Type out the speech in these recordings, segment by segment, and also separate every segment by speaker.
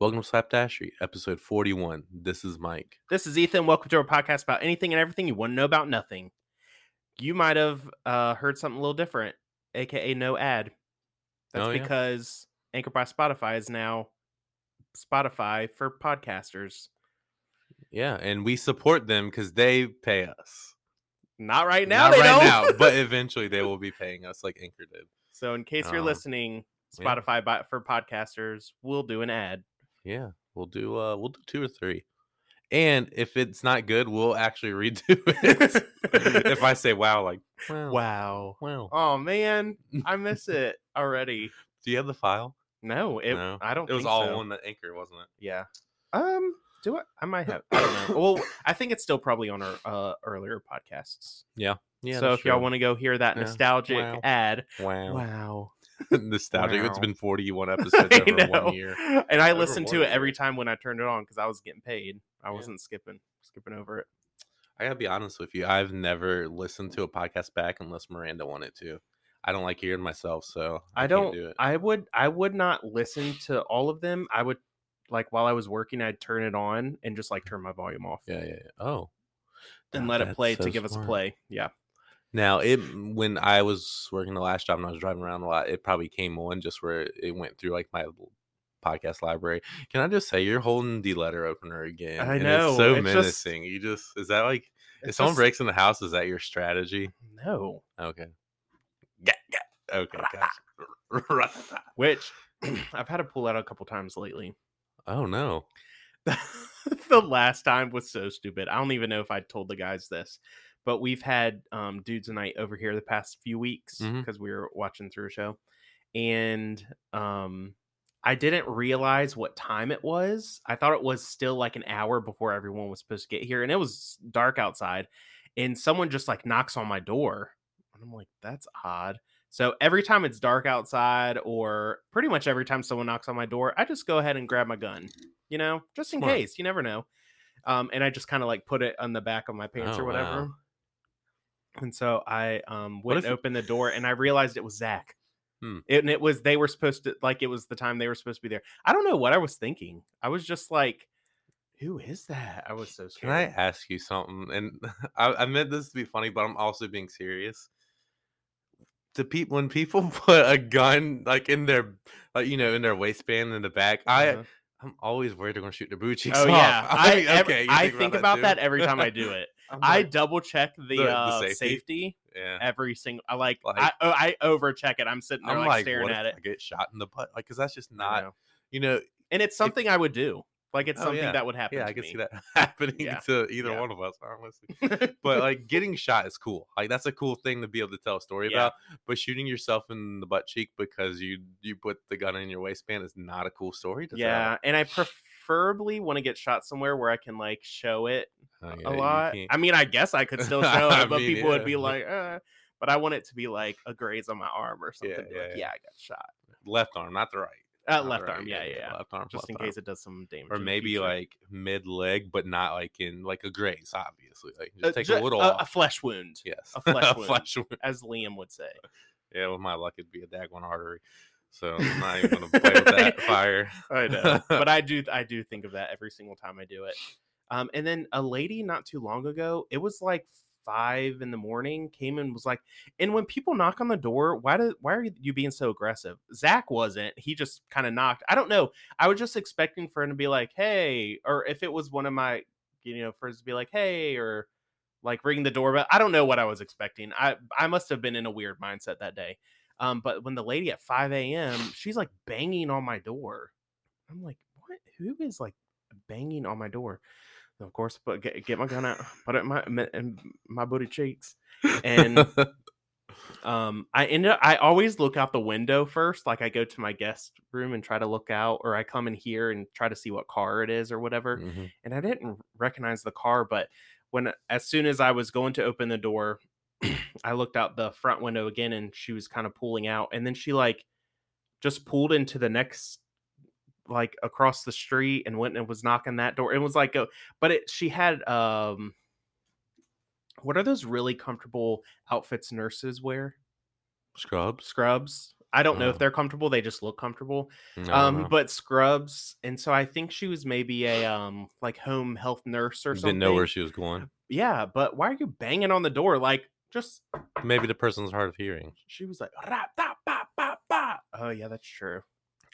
Speaker 1: Slapdashery, episode 41. This is Mike.
Speaker 2: This is Ethan. Welcome to our podcast about anything and everything you want to know about nothing. You might have uh, heard something a little different, aka no ad. That's
Speaker 1: Oh, yeah.
Speaker 2: because Anchor by Spotify is now Spotify for podcasters.
Speaker 1: Yeah, and we support them because they pay us.
Speaker 2: Not right now,
Speaker 1: Not
Speaker 2: they
Speaker 1: right
Speaker 2: don't.
Speaker 1: now, but eventually they will be paying us like Anchor did.
Speaker 2: So, in case you're
Speaker 1: Um,
Speaker 2: listening,
Speaker 1: yeah.
Speaker 2: Spotify bi- for podcasters will do an ad.
Speaker 1: Yeah, we'll do uh we'll do two or three. And if it's not good, we'll actually redo it. if I say wow, like wow, wow.
Speaker 2: Wow. Oh man, I miss it already.
Speaker 1: Do you have the file?
Speaker 2: No, it.
Speaker 1: No,
Speaker 2: I don't.
Speaker 1: It was
Speaker 2: think
Speaker 1: all
Speaker 2: so.
Speaker 1: on the anchor, wasn't it?
Speaker 2: Yeah. Um. Do I? I might have. I don't know. well, I think it's still probably on our uh, earlier podcasts. so if y'all want to go hear that
Speaker 1: Yeah.
Speaker 2: nostalgic
Speaker 1: Wow.
Speaker 2: ad,
Speaker 1: wow,
Speaker 2: wow.
Speaker 1: nostalgic. It's
Speaker 2: Wow.
Speaker 1: been forty-one episodes
Speaker 2: I
Speaker 1: over
Speaker 2: know.
Speaker 1: one year.
Speaker 2: And I
Speaker 1: Over
Speaker 2: listened to
Speaker 1: one
Speaker 2: it every
Speaker 1: year.
Speaker 2: time when I turned it on because I was getting paid. I wasn't skipping skipping over it.
Speaker 1: I gotta be honest with you. I've never
Speaker 2: Mm.
Speaker 1: listened to a podcast back unless Miranda wanted to. I don't like hearing myself, so
Speaker 2: I,
Speaker 1: can't
Speaker 2: don't.
Speaker 1: do it.
Speaker 2: I would. I would not listen to all of them. I would like while I was working, I'd turn it on and just like turn my volume off
Speaker 1: yeah, yeah, yeah. Oh,
Speaker 2: and
Speaker 1: Now
Speaker 2: let it
Speaker 1: that's
Speaker 2: play
Speaker 1: so
Speaker 2: to give us a
Speaker 1: smart.
Speaker 2: play. Yeah.
Speaker 1: Now, it when I was working the last job and I was driving around a lot, it probably came on just where it went through like my l- podcast library. Can I just say you're holding the letter opener again?
Speaker 2: I
Speaker 1: and
Speaker 2: know,
Speaker 1: it's so
Speaker 2: it's just-
Speaker 1: menacing. you just is that like if
Speaker 2: It's
Speaker 1: someone
Speaker 2: just-
Speaker 1: breaks in the house, is that your strategy?
Speaker 2: No.
Speaker 1: Okay. Yeah, yeah. Okay. Gotcha.
Speaker 2: which I've had to pull out a couple times lately.
Speaker 1: oh no.
Speaker 2: the last time was so stupid. I don't even know if I told the guys this, but we've had um, dudes and night over here the past few weeks because
Speaker 1: Mhm.
Speaker 2: we were watching through a show, and um, I didn't realize what time it was. I thought it was still like an hour before everyone was supposed to get here, and it was dark outside. And someone just like knocks on my door, and I'm like, "That's odd." So every time it's dark outside, or pretty much every time someone knocks on my door, I just go ahead and grab my gun, you know, just in
Speaker 1: Smart.
Speaker 2: case. You never know. Um, and I just kind of like put it on the back of my pants
Speaker 1: Oh,
Speaker 2: or whatever.
Speaker 1: wow.
Speaker 2: And so I um,
Speaker 1: What
Speaker 2: went
Speaker 1: if
Speaker 2: and
Speaker 1: you-
Speaker 2: opened the door, and I realized it was Zach.
Speaker 1: Hmm.
Speaker 2: It, and it was they were supposed to like it was the time they were supposed to be there. I don't know what I was thinking. I was just like, "Who is that?" I was so
Speaker 1: Can I
Speaker 2: scared.
Speaker 1: ask you something? And I, I meant this to be funny, but I'm also being serious. The people when people put a gun like in their, like, you know, in their waistband in the back, I
Speaker 2: Uh-huh.
Speaker 1: I'm always worried they're gonna shoot their boot cheeks off.
Speaker 2: oh yeah,
Speaker 1: I'm
Speaker 2: I
Speaker 1: like,
Speaker 2: ev-
Speaker 1: you
Speaker 2: I think about that, every time I do it. I
Speaker 1: do.
Speaker 2: double check the,
Speaker 1: the
Speaker 2: uh,
Speaker 1: safety.
Speaker 2: safety.
Speaker 1: yeah.
Speaker 2: every single. I like,
Speaker 1: Like-
Speaker 2: I oh, I over check it. I'm sitting there
Speaker 1: I'm
Speaker 2: like,
Speaker 1: like,
Speaker 2: staring
Speaker 1: what
Speaker 2: at
Speaker 1: if
Speaker 2: it.
Speaker 1: I get shot in the butt, like, cause that's just
Speaker 2: I
Speaker 1: not,
Speaker 2: know.
Speaker 1: you know,
Speaker 2: and it's something I would do. Like it's
Speaker 1: Oh,
Speaker 2: something
Speaker 1: yeah.
Speaker 2: that would happen.
Speaker 1: yeah,
Speaker 2: to
Speaker 1: I can
Speaker 2: me.
Speaker 1: see that happening
Speaker 2: Yeah.
Speaker 1: to either
Speaker 2: Yeah.
Speaker 1: one of us, honestly. but like getting shot is cool. Like that's a cool thing to be able to tell a story
Speaker 2: Yeah.
Speaker 1: about. But shooting yourself in the butt cheek because you you put the gun in your waistband is not a cool story to
Speaker 2: yeah, and I preferably want to get shot somewhere where I can like show it
Speaker 1: tell. Uh, yeah,
Speaker 2: a
Speaker 1: you
Speaker 2: lot.
Speaker 1: can't-
Speaker 2: I mean, I guess I could still show
Speaker 1: I
Speaker 2: it, but
Speaker 1: mean,
Speaker 2: people would be
Speaker 1: yeah.
Speaker 2: like, uh, but I want it to be like a graze on my arm or something.
Speaker 1: Yeah,
Speaker 2: Yeah, yeah, like,
Speaker 1: yeah,
Speaker 2: yeah I got shot.
Speaker 1: Left arm, not the right.
Speaker 2: Uh,
Speaker 1: not the
Speaker 2: left
Speaker 1: right,
Speaker 2: arm. Yeah, yeah, yeah.
Speaker 1: Left arm,
Speaker 2: Just in
Speaker 1: left arm.
Speaker 2: case it does some damage.
Speaker 1: Or
Speaker 2: in the
Speaker 1: maybe
Speaker 2: future.
Speaker 1: like mid leg, but not like in like a graze, obviously. Like
Speaker 2: Uh,
Speaker 1: just take
Speaker 2: ju-
Speaker 1: a little
Speaker 2: a, a
Speaker 1: off.
Speaker 2: flesh wound,
Speaker 1: yes.
Speaker 2: a flesh wound.
Speaker 1: wound.
Speaker 2: as Liam would say.
Speaker 1: Yeah, with my luck it'd be a daggone artery. So I'm not even gonna play with that fire.
Speaker 2: I know, but I do I do think of that every single time I do it. Um, and then a lady not too long ago, it was like five in the morning, came and was like, and when people knock on the door, why do why are you being so aggressive? Zach wasn't. He just kind of knocked. I don't know. I was just expecting for him to be like, hey, or if it was one of my, you know, for us to be like, hey, or like ring the doorbell. I don't know what I was expecting. I I must have been in a weird mindset that day. Um, but when the lady at 5 a.m., she's like banging on my door. I'm like, what? Who is like banging on my door? And of course, but get, get my gun out, put it in my my- in my booty cheeks, and um, I end up. I always look out the window first. Like I go to my guest room and try to look out, or I come in here and try to see what car it is or whatever
Speaker 1: Mhm.
Speaker 2: and I didn't r- recognize the car, but when uh, as soon as I was going to open the door, I looked out the front window again and she was kind of pulling out and then she like just pulled into the next like across the street and went and was knocking that door. It was like a but it she had um what are those really comfortable outfits nurses wear?
Speaker 1: Scrubs.
Speaker 2: Scrubs. I don't know
Speaker 1: Oh.
Speaker 2: if they're comfortable. They just look comfortable.
Speaker 1: I don't
Speaker 2: Um,
Speaker 1: know.
Speaker 2: but scrubs, and so I think she was maybe a um like home health nurse or something.
Speaker 1: didn't know where she was going.
Speaker 2: yeah, but why are you banging on the door? Like just
Speaker 1: Maybe the person's hard of hearing.
Speaker 2: she was like "Rap, da, ba, ba, ba." Oh yeah, that's true.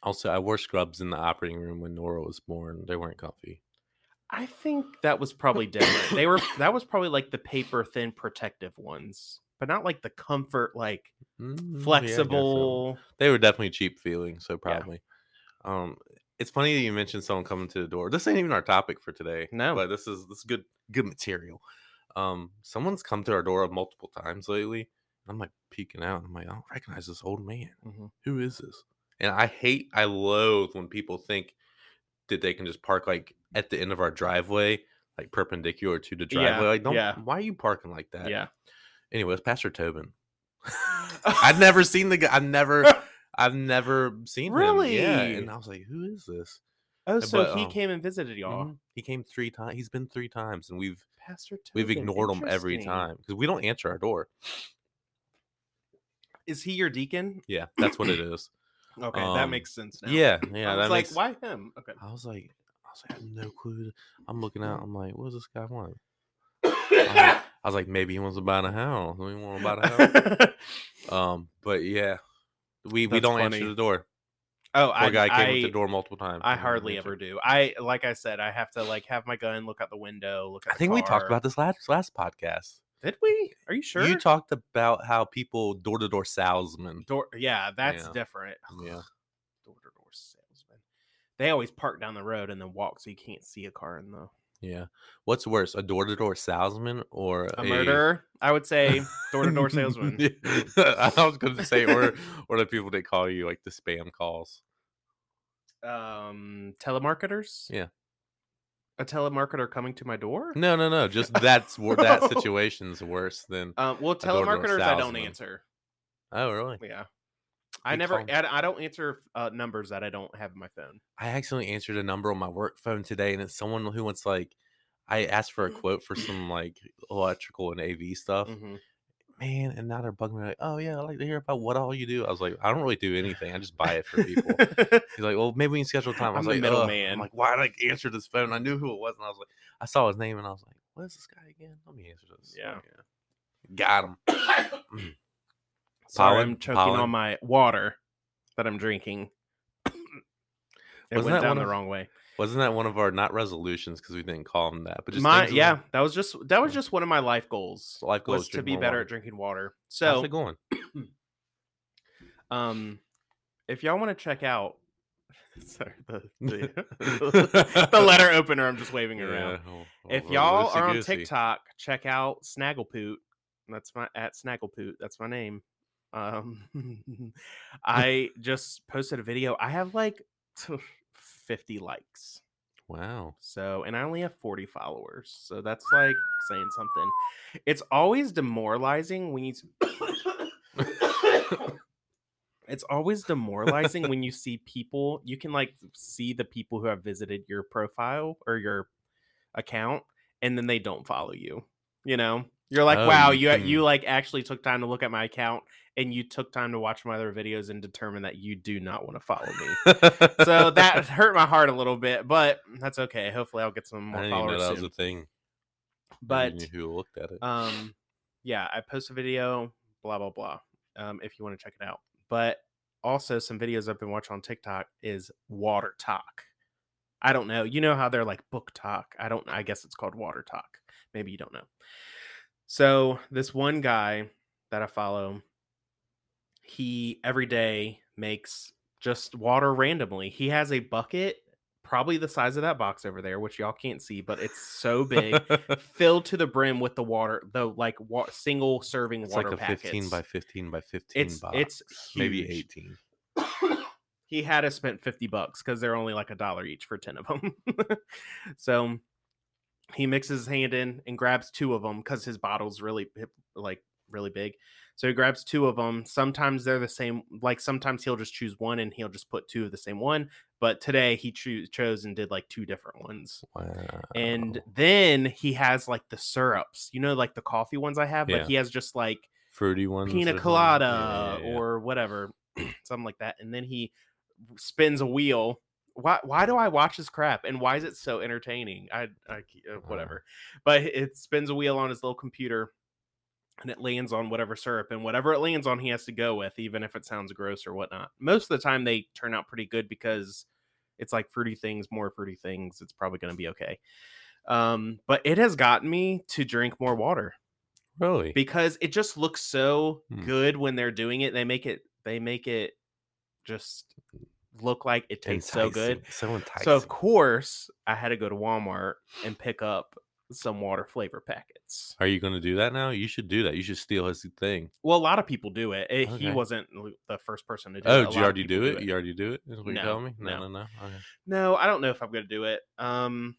Speaker 1: Also, I wore scrubs in the operating room when Nora was born. They weren't comfy.
Speaker 2: I think that was probably different. they were that was probably like the paper thin protective ones, but not like the comfort like
Speaker 1: Mm, yeah, I guess so.
Speaker 2: flexible.
Speaker 1: They were definitely cheap feeling, so probably. Um, it's funny that you mentioned someone coming to the door. This ain't even our topic for today.
Speaker 2: No.
Speaker 1: but this is this is good good material. Um, someone's come to our door multiple times lately. and I'm like peeking out. I'm like, I don't recognize this old man.
Speaker 2: Mhm.
Speaker 1: Who is this? And I hate, I loathe when people think that they can just park like at the end of our driveway, like perpendicular to the
Speaker 2: Yeah,
Speaker 1: driveway. like, don't.
Speaker 2: yeah.
Speaker 1: Why are you parking like that?
Speaker 2: Yeah.
Speaker 1: Anyway, it's Pastor Tobin. I've never seen the guy. I've never, I've never seen him. Yeah.
Speaker 2: Really?
Speaker 1: And I was like, who is this?
Speaker 2: Oh, so
Speaker 1: but,
Speaker 2: he
Speaker 1: um,
Speaker 2: came and visited y'all.
Speaker 1: Mhm. He came three times. He's been three times, and we've
Speaker 2: Pastor Tobin.
Speaker 1: we've ignored him every
Speaker 2: interesting.
Speaker 1: time because we don't answer our door.
Speaker 2: Is he your deacon?
Speaker 1: Yeah, that's what it is.
Speaker 2: Okay, that
Speaker 1: Um,
Speaker 2: makes sense now.
Speaker 1: Yeah, yeah.
Speaker 2: I
Speaker 1: that
Speaker 2: was
Speaker 1: makes-
Speaker 2: like, why him? Okay.
Speaker 1: I was like, I was like, I have no clue. I'm looking
Speaker 2: Mm.
Speaker 1: out. I'm like, what does this guy want? I was like- I was like, maybe he wants to buy a house. We want to buy a house. Um, but yeah, we we
Speaker 2: That's
Speaker 1: don't
Speaker 2: funny.
Speaker 1: answer the door.
Speaker 2: oh,
Speaker 1: Poor
Speaker 2: I,
Speaker 1: guy came with
Speaker 2: I-
Speaker 1: the door multiple times.
Speaker 2: I
Speaker 1: and we
Speaker 2: hardly
Speaker 1: didn't answer.
Speaker 2: ever do. I like I said, I have to like have my gun, look out the window, look. At
Speaker 1: I think we talked about this last last podcast.
Speaker 2: Did we? Are you sure?
Speaker 1: You talked about how people door to door salesmen.
Speaker 2: Door, yeah, that's
Speaker 1: Yeah.
Speaker 2: different. Ah,
Speaker 1: Yeah.
Speaker 2: Door to door salesman. They always park down the road and then walk so you can't see a car in the
Speaker 1: Yeah. What's worse, a door to door salesman or
Speaker 2: a murderer. I would say door to door salesman.
Speaker 1: Yeah, I was going to say, or or the people that call you like the spam calls.
Speaker 2: Um, telemarketers.
Speaker 1: Yeah.
Speaker 2: A telemarketer coming to my door.
Speaker 1: No, no, no. Just that's where that
Speaker 2: No.
Speaker 1: situation's worse than.
Speaker 2: Um, well,
Speaker 1: door-to-door
Speaker 2: telemarketers I don't
Speaker 1: salesman.
Speaker 2: answer.
Speaker 1: Oh, really?
Speaker 2: Yeah. I
Speaker 1: You
Speaker 2: never.
Speaker 1: call-
Speaker 2: I, I don't answer uh, numbers that I don't have in my phone.
Speaker 1: I accidentally answered a number on my work phone today, and it's someone who wants like. I asked for a
Speaker 2: Mm.
Speaker 1: quote for some like electrical and AV stuff,
Speaker 2: Mhm.
Speaker 1: man. And now they're bugging me like, "Oh yeah, I'd like to hear about what all you do." I was like, "I don't really do anything. I just buy it for people." He's like, well, maybe we can schedule time. I
Speaker 2: I'm
Speaker 1: was
Speaker 2: the
Speaker 1: like,
Speaker 2: middle
Speaker 1: "Ugh."
Speaker 2: man.
Speaker 1: I'm like, why did I answer this phone? I knew who it was, and I was like, I saw his name, and I was like, what is this guy again? Let me answer this.
Speaker 2: Yeah.
Speaker 1: got him. Mm-hmm.
Speaker 2: Sorry,
Speaker 1: Pollen-
Speaker 2: I'm choking
Speaker 1: pollen.
Speaker 2: on my water that I'm drinking. it
Speaker 1: Wasn't
Speaker 2: went
Speaker 1: that
Speaker 2: down
Speaker 1: one
Speaker 2: the
Speaker 1: of-
Speaker 2: wrong way.
Speaker 1: Wasn't that one of our not resolutions because we didn't call him that? But just
Speaker 2: my
Speaker 1: things that-
Speaker 2: yeah, that was just that was
Speaker 1: Yeah.
Speaker 2: just one of my life goals.
Speaker 1: Life goal
Speaker 2: was
Speaker 1: is
Speaker 2: to
Speaker 1: drink
Speaker 2: be
Speaker 1: more
Speaker 2: better
Speaker 1: water.
Speaker 2: at drinking water.
Speaker 1: How's
Speaker 2: So
Speaker 1: it going?
Speaker 2: um, if y'all want to check out, sorry the, the, the letter opener I'm just waving around.
Speaker 1: Yeah, oh, well,
Speaker 2: If
Speaker 1: we're
Speaker 2: y'all are on
Speaker 1: loosey-goosey.
Speaker 2: TikTok, check out Snagglepoot. That's my at Snagglepoot. That's my name. Um, I just posted a video. I have like 50 likes.
Speaker 1: wow,
Speaker 2: So, and I only have 40 followers. So that's like saying something. It's always demoralizing when you. s- it's always demoralizing when you see people. You can like see the people who have visited your profile or your account, and then they don't follow you. You know, you're like,
Speaker 1: Oh,
Speaker 2: wow,
Speaker 1: you
Speaker 2: you
Speaker 1: can-
Speaker 2: you like actually took time to look at my account, and you took time to watch my other videos and determine that you do not want to follow me so that hurt my heart a little bit, but that's okay. Hopefully, I'll get some
Speaker 1: I
Speaker 2: more
Speaker 1: didn't even know
Speaker 2: followers
Speaker 1: that
Speaker 2: soon.
Speaker 1: was a thing. I
Speaker 2: but
Speaker 1: didn't even know who looked at it?
Speaker 2: um, yeah, I post a video, blah blah blah. Um, if you want to check it out, but also some videos I've been watching on TikTok is water talk. I don't know. You know how they're like book talk. I don't. I guess it's called water talk. Maybe you don't know. So this one guy that I follow, he every day makes just water randomly. He has a bucket, probably the size of that box over there, which y'all can't see, but it's so big, filled to the brim with the water, the like wa- single serving
Speaker 1: it's like
Speaker 2: water
Speaker 1: a
Speaker 2: packets.
Speaker 1: fifteen by fifteen by fifteen
Speaker 2: it's
Speaker 1: box.
Speaker 2: it's huge.
Speaker 1: maybe eighteen.
Speaker 2: he had to spent 50 bucks because they're only like a dollar each for 10 of them so he mixes his hand in and grabs two of them because his bottle's really bi- like really big so he grabs two of them sometimes they're the same like sometimes he'll just choose one and he'll just put two of the same one but today he choo- chose and did like two different ones
Speaker 1: Wow.
Speaker 2: and then he has like the syrups you know like the coffee ones i have
Speaker 1: Yeah.
Speaker 2: but he has just like
Speaker 1: fruity ones, or
Speaker 2: pina
Speaker 1: something?
Speaker 2: colada
Speaker 1: Yeah, yeah, yeah.
Speaker 2: or whatever something like that. And then he spins a wheel. Why why do I watch this crap? And why is it so entertaining? I I
Speaker 1: Uh-huh.
Speaker 2: uh, whatever. But it spins a wheel on his little computer and it lands on whatever syrup and whatever it lands on he has to go with even if it sounds gross or whatnot most of the time they turn out pretty good because it's like fruity things more fruity things it's probably going to be okay um, but it has gotten me to drink more water
Speaker 1: Really?
Speaker 2: because it just looks so
Speaker 1: Hmm.
Speaker 2: good when they're doing it they make it they make it just look like it tastes so good
Speaker 1: Enticing, So enticing.
Speaker 2: so of course i had to go to walmart and pick up some water flavor packets
Speaker 1: Are you going to do that now? You should do that. You should steal his thing.
Speaker 2: Well, a lot of people do it. It- He
Speaker 1: Okay.
Speaker 2: wasn't l- the first person to do
Speaker 1: oh,
Speaker 2: it. A
Speaker 1: did
Speaker 2: lot
Speaker 1: you
Speaker 2: of
Speaker 1: already
Speaker 2: people
Speaker 1: do it? You already do it? Is what
Speaker 2: No,
Speaker 1: you telling me?
Speaker 2: no.
Speaker 1: No, no, no. Okay.
Speaker 2: No, I don't know if I'm going to do it. Um,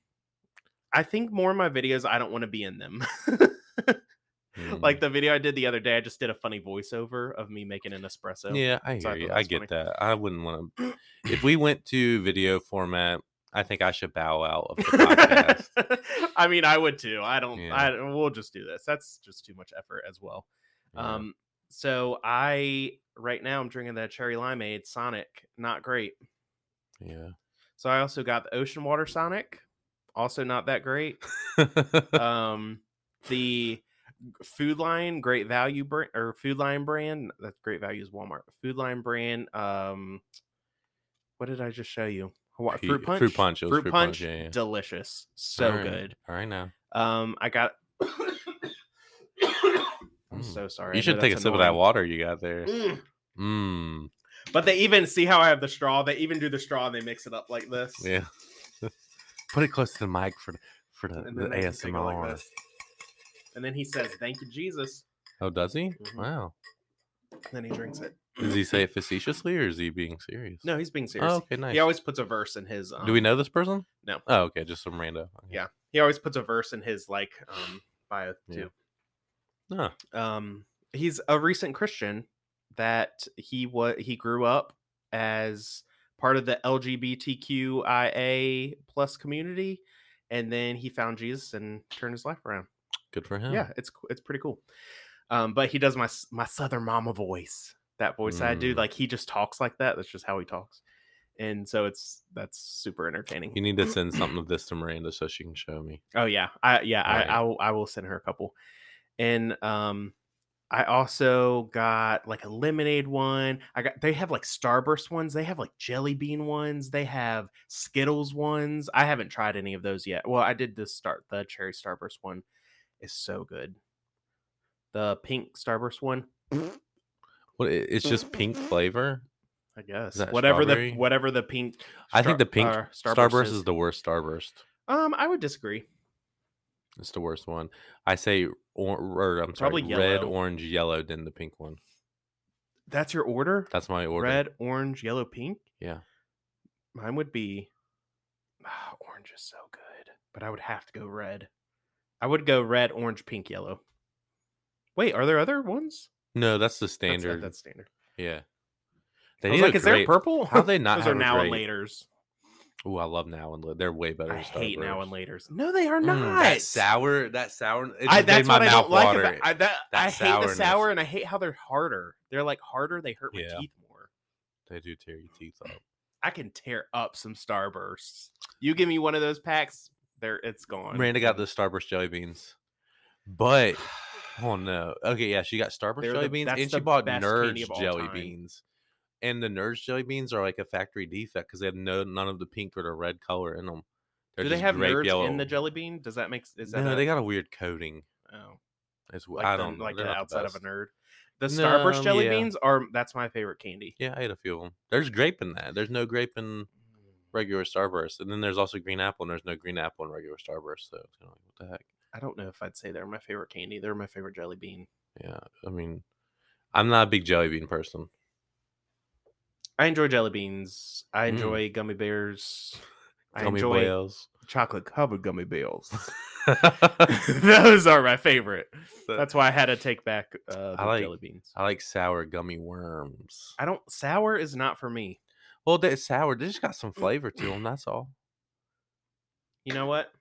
Speaker 2: I think more of my videos, I don't want to be in them. like
Speaker 1: Mm.
Speaker 2: the video I did the other day, I just did a funny voiceover of me making an espresso.
Speaker 1: yeah, I hear
Speaker 2: so I
Speaker 1: you.
Speaker 2: thought
Speaker 1: I
Speaker 2: that's
Speaker 1: get
Speaker 2: funny.
Speaker 1: that. I wouldn't want to. if we went to video format, I think I should bow out of the podcast.
Speaker 2: I mean, I would too. I don't.
Speaker 1: Yeah.
Speaker 2: I we'll just do this. That's just too much effort as well.
Speaker 1: Yeah.
Speaker 2: Um, so I right now I'm drinking the cherry limeade Sonic. Not great.
Speaker 1: yeah.
Speaker 2: So I also got the ocean water Sonic. Also not that great. um the food line great value brand or food line brand that's great value is walmart food line brand um what did i just show you Hawa-
Speaker 1: Pe-
Speaker 2: fruit punch
Speaker 1: Fruit punch, it was
Speaker 2: fruit,
Speaker 1: fruit
Speaker 2: punch,
Speaker 1: punch, yeah, yeah.
Speaker 2: delicious so
Speaker 1: Alright,
Speaker 2: good
Speaker 1: All right now.
Speaker 2: um i got i'm
Speaker 1: Mm.
Speaker 2: so sorry I
Speaker 1: you
Speaker 2: know
Speaker 1: should take a
Speaker 2: that's
Speaker 1: sip of that
Speaker 2: annoying.
Speaker 1: water you got there.
Speaker 2: Mm.
Speaker 1: Mmm.
Speaker 2: but they even see how i have the straw they even do the straw and they mix it up like this
Speaker 1: Yeah. Put it close to the mic for the, for the,
Speaker 2: and
Speaker 1: the
Speaker 2: then they just take it
Speaker 1: ASMR.
Speaker 2: like this. and then he says thank you jesus
Speaker 1: oh, does he?
Speaker 2: Mhm.
Speaker 1: Wow.
Speaker 2: and then he drinks it
Speaker 1: Does he say it facetiously or is he being serious?
Speaker 2: no he's being serious
Speaker 1: Oh, okay, nice.
Speaker 2: He always puts a verse in his. Um,
Speaker 1: Do we know this person?
Speaker 2: No.
Speaker 1: Oh, okay, just some random. Okay.
Speaker 2: Yeah. He always puts a verse in his like um, bio
Speaker 1: Yeah.
Speaker 2: too.
Speaker 1: Huh.
Speaker 2: Um, he's a recent Christian that he was he grew up as part of the LGBTQIA plus community, and then he found Jesus and turned his life around.
Speaker 1: Good for
Speaker 2: Yeah,
Speaker 1: him.
Speaker 2: it's c- it's pretty cool. Um, but he does my s- my Southern mama voice. That voice I do,
Speaker 1: Mm.
Speaker 2: like he just talks like that. That's just how he talks, and so it's that's super entertaining.
Speaker 1: You need to send something of this to Miranda so she can show me.
Speaker 2: Oh yeah, I yeah
Speaker 1: Right.
Speaker 2: I I will, I will send her a couple, and um, I also got like a lemonade one. I got they have like Starburst ones. They have like jelly bean ones. They have Skittles ones. I haven't tried any of those yet. Well, I did this start the cherry Starburst one. is so good. The pink Starburst one,
Speaker 1: What? it- It's just pink flavor.
Speaker 2: I guess.
Speaker 1: that
Speaker 2: Whatever
Speaker 1: strawberry?
Speaker 2: the whatever the pink.
Speaker 1: I think
Speaker 2: Star-
Speaker 1: the pink
Speaker 2: uh,
Speaker 1: Starburst, is. the worst Starburst.
Speaker 2: Um, I would disagree.
Speaker 1: It's the worst one. I say or, or I'm sorry,
Speaker 2: Probably
Speaker 1: red,
Speaker 2: yellow.
Speaker 1: orange, yellow, then the pink one.
Speaker 2: That's your order.
Speaker 1: That's my order.
Speaker 2: Red, orange, yellow, pink.
Speaker 1: Yeah.
Speaker 2: Mine would be Ah, orange is so good, but I would have to go red. I would go red, orange, pink, yellow. Wait, are there other ones?
Speaker 1: No, that's the
Speaker 2: That's-
Speaker 1: standard.
Speaker 2: That's, standard.
Speaker 1: yeah. They
Speaker 2: I was
Speaker 1: need a
Speaker 2: like, is there
Speaker 1: great-
Speaker 2: purple?
Speaker 1: How'd they not
Speaker 2: Those
Speaker 1: have
Speaker 2: are
Speaker 1: a
Speaker 2: now and
Speaker 1: great-
Speaker 2: later's.
Speaker 1: Ooh, I love now and later. They're way better.
Speaker 2: I
Speaker 1: than
Speaker 2: hate now and
Speaker 1: Starburst.
Speaker 2: later's. No, they are
Speaker 1: Mm,
Speaker 2: not.
Speaker 1: that sour. That sour. It just
Speaker 2: I,
Speaker 1: made
Speaker 2: that's
Speaker 1: my
Speaker 2: what I
Speaker 1: mouth
Speaker 2: don't like
Speaker 1: water.
Speaker 2: about. I, that,
Speaker 1: that
Speaker 2: I hate
Speaker 1: sourness.
Speaker 2: the sour, and I hate how they're harder. They're like harder. They hurt my
Speaker 1: Yeah.
Speaker 2: teeth more.
Speaker 1: they do tear your teeth up.
Speaker 2: I can tear up some starbursts. You give me one of those packs, there it's gone.
Speaker 1: Miranda got the Starburst jelly beans, but oh no. Okay, yeah, she got Starburst
Speaker 2: They're
Speaker 1: jelly
Speaker 2: the-
Speaker 1: beans,
Speaker 2: that's
Speaker 1: and
Speaker 2: the
Speaker 1: she bought
Speaker 2: best candy
Speaker 1: Nerds
Speaker 2: of all
Speaker 1: jelly
Speaker 2: time.
Speaker 1: beans. And the Nerds jelly beans are like a factory defect because they have no none of the pink or the red color in them.
Speaker 2: Do they have nerds in the jelly bean? Does that make s- is that
Speaker 1: no,
Speaker 2: a,
Speaker 1: they got a weird coating.
Speaker 2: oh.
Speaker 1: It's,
Speaker 2: like
Speaker 1: I
Speaker 2: the-
Speaker 1: don't know,
Speaker 2: like
Speaker 1: they're
Speaker 2: the
Speaker 1: not the
Speaker 2: outside of
Speaker 1: best.
Speaker 2: a nerd. The
Speaker 1: No,
Speaker 2: Starburst jelly
Speaker 1: yeah.
Speaker 2: beans are that's my favorite candy.
Speaker 1: Yeah, I ate a few of them. There's grape in that. There's no grape in
Speaker 2: Mm.
Speaker 1: regular Starburst, and then there's also green apple, and there's no green apple in regular Starburst. So it's kind of like, what the heck?
Speaker 2: I don't know if I'd say they're my favorite candy. They're my favorite jelly bean.
Speaker 1: Yeah, I mean, I'm not a big jelly bean person.
Speaker 2: I enjoy jelly beans. I
Speaker 1: Mm.
Speaker 2: enjoy gummy bears. I
Speaker 1: Gummy
Speaker 2: enjoy
Speaker 1: whales.
Speaker 2: chocolate covered gummy bears. Those are my favorite. That's why I had to take back uh, the
Speaker 1: I like-
Speaker 2: jelly beans.
Speaker 1: I like sour gummy worms.
Speaker 2: I don't sour is not for me.
Speaker 1: Well, they're sour. They just got
Speaker 2: Mm.
Speaker 1: some flavor to them. That's all.
Speaker 2: You know what?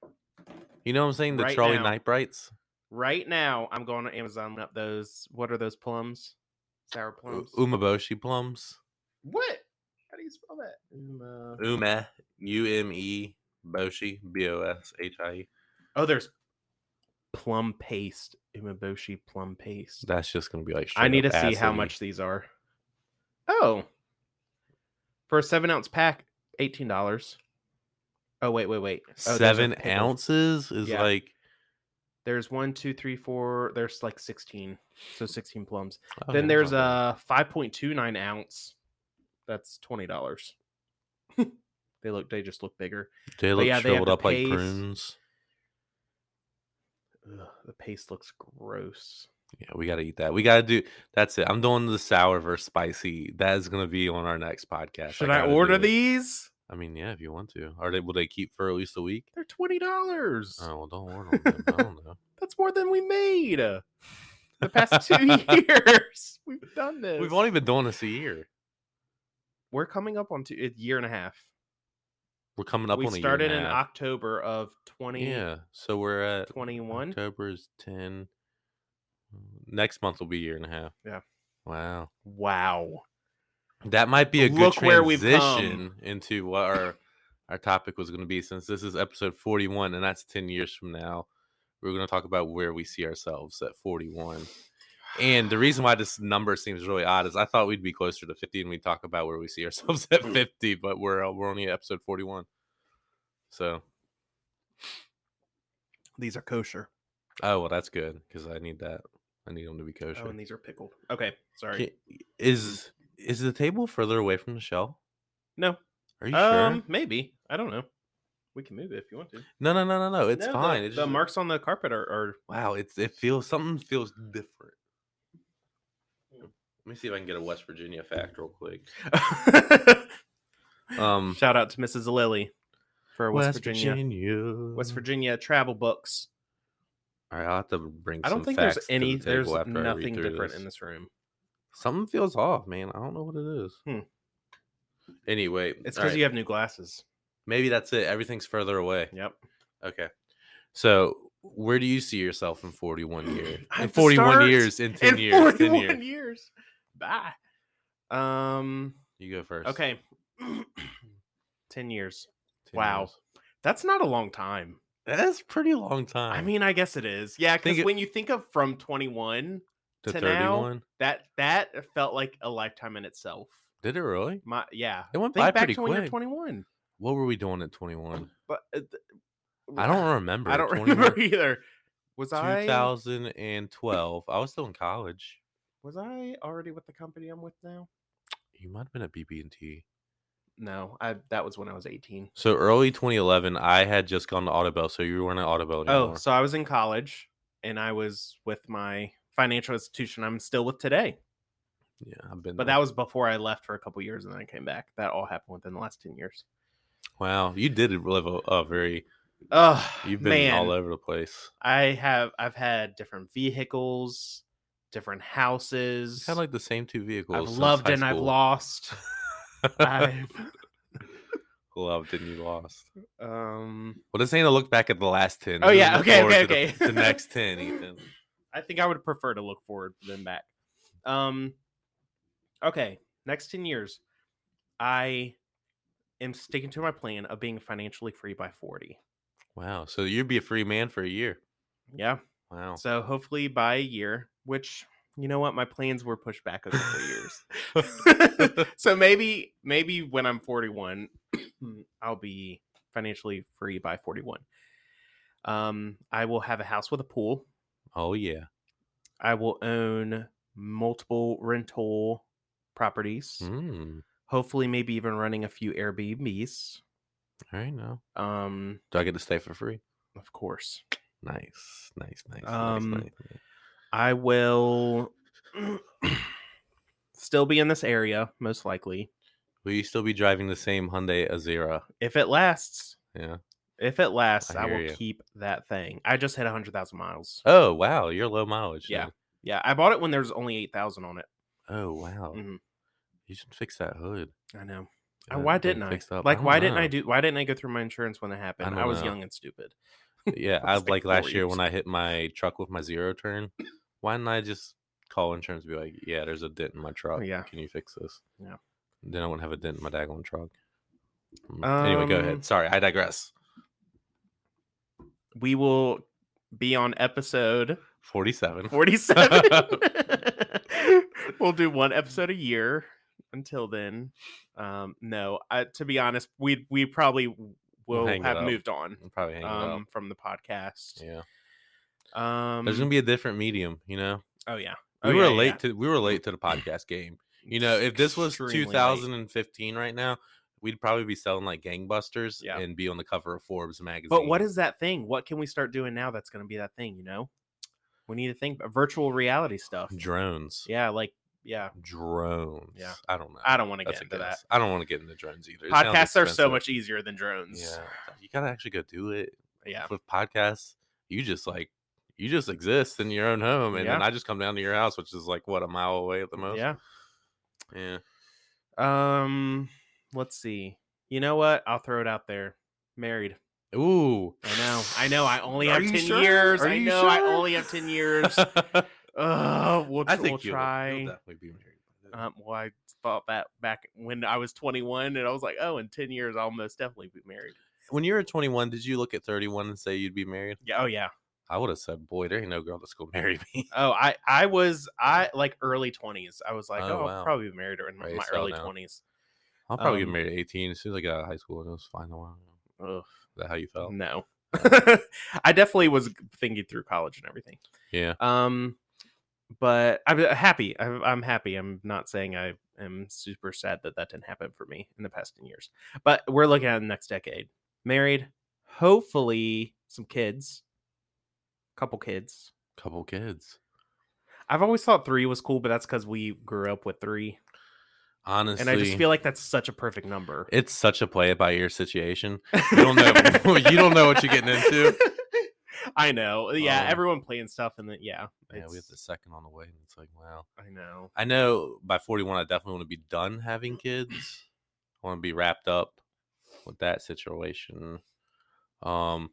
Speaker 1: You know what I'm saying? The
Speaker 2: Right
Speaker 1: Charlie
Speaker 2: now-
Speaker 1: Night Brights.
Speaker 2: Right now, I'm going to Amazon up those. What are those plums? Sour
Speaker 1: u- um,
Speaker 2: plums.
Speaker 1: Umeboshi plums.
Speaker 2: What? How do you spell that? Um, uh,
Speaker 1: Ume, U M E, Boshi, B O S H I E.
Speaker 2: oh, there's plum paste. Umeboshi plum paste.
Speaker 1: That's just gonna be like.
Speaker 2: I
Speaker 1: straight
Speaker 2: need to
Speaker 1: up
Speaker 2: see how
Speaker 1: acid-y.
Speaker 2: much these are. Oh. For a seven ounce pack, eighteen dollars. Oh wait, wait, wait. Oh, those are
Speaker 1: Seven
Speaker 2: pickles.
Speaker 1: ounces is
Speaker 2: Yeah.
Speaker 1: like.
Speaker 2: There's one, two, three, four. There's like sixteen. So sixteen plums.
Speaker 1: oh,
Speaker 2: then
Speaker 1: yeah,
Speaker 2: there's uh,
Speaker 1: not bad.
Speaker 2: a five point two nine ounce. That's twenty dollars. they look they just look bigger.
Speaker 1: They look
Speaker 2: yeah, they have
Speaker 1: shriveled
Speaker 2: the
Speaker 1: up like
Speaker 2: paste.
Speaker 1: prunes.
Speaker 2: Ugh, the paste looks gross.
Speaker 1: Yeah, we gotta eat that. We gotta do. That's it. I'm doing the sour versus spicy. That is gonna be on our next podcast.
Speaker 2: Should I
Speaker 1: gotta
Speaker 2: order
Speaker 1: do it.
Speaker 2: these?
Speaker 1: I mean, yeah, if you want to. Are they? Will they keep for at least a week?
Speaker 2: They're twenty dollars.
Speaker 1: Oh well, don't order them. then. I don't know.
Speaker 2: That's more than we made the past two years. We've done this.
Speaker 1: We've only been doing this a year.
Speaker 2: we're coming up on two, a year and a half.
Speaker 1: We're coming up
Speaker 2: we
Speaker 1: on a
Speaker 2: started
Speaker 1: year and
Speaker 2: in
Speaker 1: a half.
Speaker 2: October of twenty
Speaker 1: Yeah, so we're at
Speaker 2: twenty one.
Speaker 1: October is ten. Next month will be a year and a half.
Speaker 2: Yeah.
Speaker 1: Wow.
Speaker 2: Wow.
Speaker 1: That might be a good
Speaker 2: Look
Speaker 1: transition
Speaker 2: where we've
Speaker 1: into what our our topic was going to be since this is episode 41 and that's 10 years from now. We're going to talk about where we see ourselves at 41. And the reason why this number seems really odd is I thought we'd be closer to 50 and we'd talk about where we see ourselves at
Speaker 2: Hmm.
Speaker 1: 50, but we're uh, we're only at episode 41. So,
Speaker 2: These are kosher.
Speaker 1: oh, well that's good cuz I need that. I need them to be kosher.
Speaker 2: Oh, and these are pickled. Okay, sorry.
Speaker 1: Ki- Is is the table further away from the shell?
Speaker 2: No.
Speaker 1: Are you
Speaker 2: um,
Speaker 1: sure?
Speaker 2: maybe. I don't know. We can move it if you want to.
Speaker 1: No, no, no, no, no. Oh, It's
Speaker 2: No, the-
Speaker 1: fine.
Speaker 2: The,
Speaker 1: It's just-
Speaker 2: marks on the carpet are, are
Speaker 1: Wow, it's it feels something feels
Speaker 2: Mm-hmm.
Speaker 1: different.
Speaker 2: Hmm.
Speaker 1: Let me see if I can get a West Virginia fact real quick. Um,
Speaker 2: Shout out to Mrs. Lilly for West, Virginia.
Speaker 1: Virginia.
Speaker 2: West Virginia travel books.
Speaker 1: All right, I'll have to bring.
Speaker 2: I don't
Speaker 1: some
Speaker 2: think there's
Speaker 1: facts to the
Speaker 2: any.
Speaker 1: table
Speaker 2: there's
Speaker 1: after I read
Speaker 2: nothing
Speaker 1: through
Speaker 2: different in this room.
Speaker 1: Something feels off, man. I don't know what it is.
Speaker 2: Hmm.
Speaker 1: Anyway,
Speaker 2: It's
Speaker 1: all
Speaker 2: because
Speaker 1: right,
Speaker 2: you have new glasses.
Speaker 1: maybe that's it. Everything's further away.
Speaker 2: Yep.
Speaker 1: Okay, so where do you see yourself in 41 years?
Speaker 2: I
Speaker 1: In
Speaker 2: have to
Speaker 1: 41
Speaker 2: start
Speaker 1: years, in 10
Speaker 2: In
Speaker 1: years, 10
Speaker 2: 41
Speaker 1: years.
Speaker 2: years. Bye. Um.
Speaker 1: You go first.
Speaker 2: Okay. Ten years.
Speaker 1: 10
Speaker 2: wow.
Speaker 1: years.
Speaker 2: That's not a long time.
Speaker 1: that's pretty long time.
Speaker 2: I mean, I guess it is. Yeah,
Speaker 1: Think
Speaker 2: because
Speaker 1: it-
Speaker 2: when you think of from 21,
Speaker 1: to
Speaker 2: to now-
Speaker 1: 31.
Speaker 2: that that felt like a lifetime in itself.
Speaker 1: Did it really?
Speaker 2: My yeah.
Speaker 1: It went
Speaker 2: Think
Speaker 1: by
Speaker 2: back
Speaker 1: pretty
Speaker 2: to when you're
Speaker 1: quick.
Speaker 2: 21.
Speaker 1: What were we doing at 21?
Speaker 2: But uh, th- ah,
Speaker 1: I don't remember.
Speaker 2: I don't
Speaker 1: 21
Speaker 2: remember either. Was I
Speaker 1: 2012. I was still in college.
Speaker 2: was I already with the company I'm with now?
Speaker 1: You might have been at BB&T.
Speaker 2: No, I that was when I was 18.
Speaker 1: So early 2011, I had just gone to Audubel, so you weren't at Audubel anymore.
Speaker 2: Oh, so I was in college and I was with my financial institution I'm still with today.
Speaker 1: yeah, I've been.
Speaker 2: But that was before I left for a couple years and then I came back. That all happened within the last 10 years.
Speaker 1: wow. You did live a, a very.
Speaker 2: Oh,
Speaker 1: You've been
Speaker 2: man,
Speaker 1: all over the place.
Speaker 2: I have I've had different vehicles, different houses.
Speaker 1: You had like the same two vehicles.
Speaker 2: I've
Speaker 1: since
Speaker 2: loved
Speaker 1: high
Speaker 2: and I've
Speaker 1: school.
Speaker 2: lost. I've
Speaker 1: loved and you lost.
Speaker 2: um
Speaker 1: Well, this ain't a look back at the last ten.
Speaker 2: Oh,
Speaker 1: This is
Speaker 2: yeah,
Speaker 1: look
Speaker 2: okay,
Speaker 1: forward
Speaker 2: okay,
Speaker 1: to the-
Speaker 2: okay.
Speaker 1: The next ten, Ethan.
Speaker 2: I think I would prefer to look forward than back. Um okay, next 10 years I am sticking to my plan of being financially free by 40.
Speaker 1: Wow. So you'd be a free man for a year.
Speaker 2: Yeah.
Speaker 1: Wow.
Speaker 2: So hopefully by a year, which you know what my plans were pushed back a couple years. so maybe maybe when I'm 41 I'll be financially free by 41. Um I will have a house with a pool.
Speaker 1: Oh yeah.
Speaker 2: I will own multiple rental properties.
Speaker 1: Mm,
Speaker 2: Hopefully, maybe even running a few Airbnbs.
Speaker 1: all right now.
Speaker 2: Um,
Speaker 1: Do I get to stay for free?
Speaker 2: of course,
Speaker 1: Nice, nice, nice,
Speaker 2: Um,
Speaker 1: nice, nice, nice.
Speaker 2: I will still be in this area most likely
Speaker 1: Will you still be driving the same Hyundai Azera?
Speaker 2: if it lasts.
Speaker 1: Yeah.
Speaker 2: If it lasts,
Speaker 1: I
Speaker 2: I, will
Speaker 1: hear ya.
Speaker 2: keep that thing. I just hit hundred thousand miles.
Speaker 1: Oh wow, you're low mileage.
Speaker 2: Yeah.
Speaker 1: then.
Speaker 2: Yeah, I bought it when there was only eight thousand on it.
Speaker 1: Oh wow.
Speaker 2: Mhm.
Speaker 1: You should fix that hood.
Speaker 2: I know.
Speaker 1: Get
Speaker 2: Uh,
Speaker 1: that
Speaker 2: why
Speaker 1: thing
Speaker 2: didn't I?
Speaker 1: fixed up.
Speaker 2: Like,
Speaker 1: don't
Speaker 2: why didn't I
Speaker 1: know.
Speaker 2: do? Why didn't I go through my insurance when that happened?
Speaker 1: don't
Speaker 2: I was
Speaker 1: know.
Speaker 2: young and stupid.
Speaker 1: Yeah,
Speaker 2: That
Speaker 1: I
Speaker 2: was
Speaker 1: like
Speaker 2: like
Speaker 1: last
Speaker 2: four
Speaker 1: year when
Speaker 2: years.
Speaker 1: I hit my truck with my zero turn. Why didn't I just call insurance and be like, "Yeah, there's a dent in my truck.
Speaker 2: Oh, yeah.
Speaker 1: can you fix this?"
Speaker 2: Yeah.
Speaker 1: Then I wouldn't have a dent in my daggone truck. Mm, anyway, go
Speaker 2: Um,
Speaker 1: ahead. Sorry, I digress.
Speaker 2: We will be on episode
Speaker 1: 47.
Speaker 2: 47. we'll do one episode a year until then. Um, no, I, to be honest, we we probably will
Speaker 1: hang it
Speaker 2: have
Speaker 1: up.
Speaker 2: moved on
Speaker 1: I'm probably hanging
Speaker 2: um, from the podcast.
Speaker 1: up. Yeah.
Speaker 2: Um,
Speaker 1: There's going to be a different medium, you know?
Speaker 2: oh yeah,
Speaker 1: We
Speaker 2: Oh,
Speaker 1: were
Speaker 2: yeah,
Speaker 1: late
Speaker 2: yeah.
Speaker 1: to we were late to the podcast game. You know, if this was
Speaker 2: Extremely late.
Speaker 1: 2015 right now, we'd probably be selling like gangbusters
Speaker 2: Yeah.
Speaker 1: and be on the cover of Forbes magazine.
Speaker 2: But what is that thing? What can we start doing now? That's going to be that thing. You know, we need to think about virtual reality stuff.
Speaker 1: drones?
Speaker 2: Yeah, like yeah.
Speaker 1: Drones.
Speaker 2: Yeah.
Speaker 1: I don't know.
Speaker 2: I don't want to
Speaker 1: That's
Speaker 2: get
Speaker 1: a
Speaker 2: into that.
Speaker 1: guess. I don't want to get into drones either. It sounds
Speaker 2: Podcasts are so
Speaker 1: expensive.
Speaker 2: much easier than drones.
Speaker 1: Yeah, you gotta actually go do it.
Speaker 2: Yeah.
Speaker 1: With podcasts, you just like you just exist in your own home, and then
Speaker 2: Yeah.
Speaker 1: I just come down to your house, which is like what a mile away at the most.
Speaker 2: Yeah.
Speaker 1: yeah.
Speaker 2: Um, let's see. You know what? I'll throw it out there. Married.
Speaker 1: Ooh,
Speaker 2: I know. I know. I only have
Speaker 1: Are you
Speaker 2: ten
Speaker 1: sure?
Speaker 2: years.
Speaker 1: Are
Speaker 2: I
Speaker 1: you
Speaker 2: know. I
Speaker 1: sure?
Speaker 2: only have ten years. Uh, we'll,
Speaker 1: I
Speaker 2: tr-
Speaker 1: think
Speaker 2: we'll
Speaker 1: you'll,
Speaker 2: try.
Speaker 1: you'll definitely be married. by then.
Speaker 2: Um, well, I thought that back when I was 21, and I was like, oh, in 10 years, I'll most definitely be married.
Speaker 1: when you were 21, did you look at 31 and say you'd be married?
Speaker 2: Yeah. Oh, yeah.
Speaker 1: I would have said, boy, there ain't no girl that's gonna marry me.
Speaker 2: Oh, I, I was, I like early 20s. I was like,
Speaker 1: Oh,
Speaker 2: oh, I'll
Speaker 1: wow.
Speaker 2: probably be married in my
Speaker 1: Right, so
Speaker 2: early
Speaker 1: now-
Speaker 2: 20s.
Speaker 1: I'll probably
Speaker 2: Um,
Speaker 1: get married at 18 as soon as I got out of high school, and it was fine. a while ago.
Speaker 2: Ugh,
Speaker 1: Is that how you felt?
Speaker 2: No. I definitely was thinking through college and everything.
Speaker 1: Yeah.
Speaker 2: Um, but I'm uh, happy. I'm, I'm happy. I'm not saying I am super sad that that didn't happen for me in the past 10 years. But we're looking at the next decade. Married, hopefully some kids, couple kids.
Speaker 1: Couple kids.
Speaker 2: I've always thought three was cool, but that's because we grew up with three,
Speaker 1: Honestly,
Speaker 2: and I just feel like that's such a perfect number.
Speaker 1: it's such a play it by ear situation. You don't know. you don't know what you're getting into.
Speaker 2: I know. Yeah,
Speaker 1: Um,
Speaker 2: everyone playing stuff, and then yeah,
Speaker 1: Yeah, we have
Speaker 2: it's-
Speaker 1: the second on the way, and it's like, wow.
Speaker 2: I know.
Speaker 1: I know by 41, I definitely want to be done having kids. I want to be wrapped up with that situation. Um,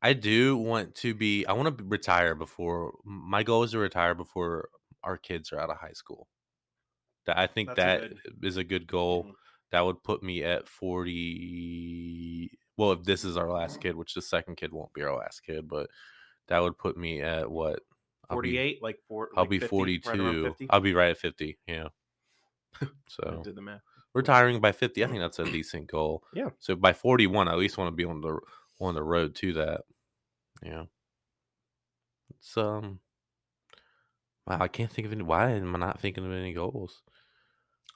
Speaker 1: I do want to be. I want to retire before. My goal is to retire before our kids are out of high school. That I think
Speaker 2: That's
Speaker 1: that
Speaker 2: a
Speaker 1: is a good goal.
Speaker 2: Mhm.
Speaker 1: That would put me at 40. Well, if this is our last kid, which the second kid won't be our last kid, but that would put me at what? I'll be-
Speaker 2: Forty-eight, like four.
Speaker 1: I'll
Speaker 2: like
Speaker 1: be
Speaker 2: 50, right
Speaker 1: 42.
Speaker 2: around 50.
Speaker 1: I'll be right at 50. Yeah.
Speaker 2: I
Speaker 1: so
Speaker 2: did the math.
Speaker 1: retiring by 50, I think that's a decent goal.
Speaker 2: Yeah.
Speaker 1: So by 41, I at least want to be on the on the road to that. Yeah. It's um. Wow, I can't think of any. Why am I not thinking of any goals?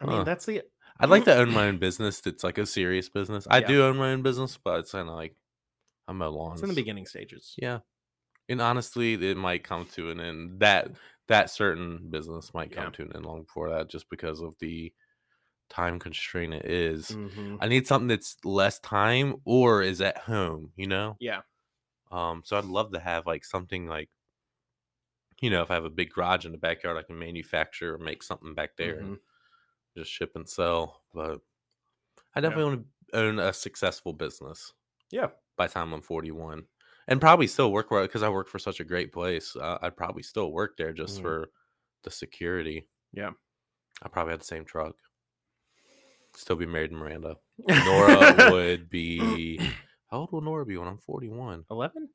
Speaker 2: I mean,
Speaker 1: Huh.
Speaker 2: that's the
Speaker 1: I'd like to own my own business. That's like a serious business. I
Speaker 2: Yeah.
Speaker 1: do own my own business, but it's kind of like I'm a lawn.
Speaker 2: it's in the beginning stages.
Speaker 1: Yeah. And honestly, it might come to an end. That that certain business might come
Speaker 2: Yeah.
Speaker 1: to an end long before that, just because of the time constraint it is.
Speaker 2: Mhm.
Speaker 1: I need something that's less time or is at home, you know?
Speaker 2: Yeah.
Speaker 1: Um, so I'd love to have like something like you know, if I have a big garage in the backyard, I can manufacture or make something back there and
Speaker 2: Mhm.
Speaker 1: just ship and sell. But I definitely want to own a successful business
Speaker 2: Yeah.
Speaker 1: by the time I'm 41, and probably still work where because I work for such a great place. Uh, I'd probably still work there just
Speaker 2: Mhm.
Speaker 1: for the security.
Speaker 2: Yeah.
Speaker 1: I probably had the same truck. Still be married to Miranda. Nora would be. How old will Nora be when I'm 41?
Speaker 2: 11?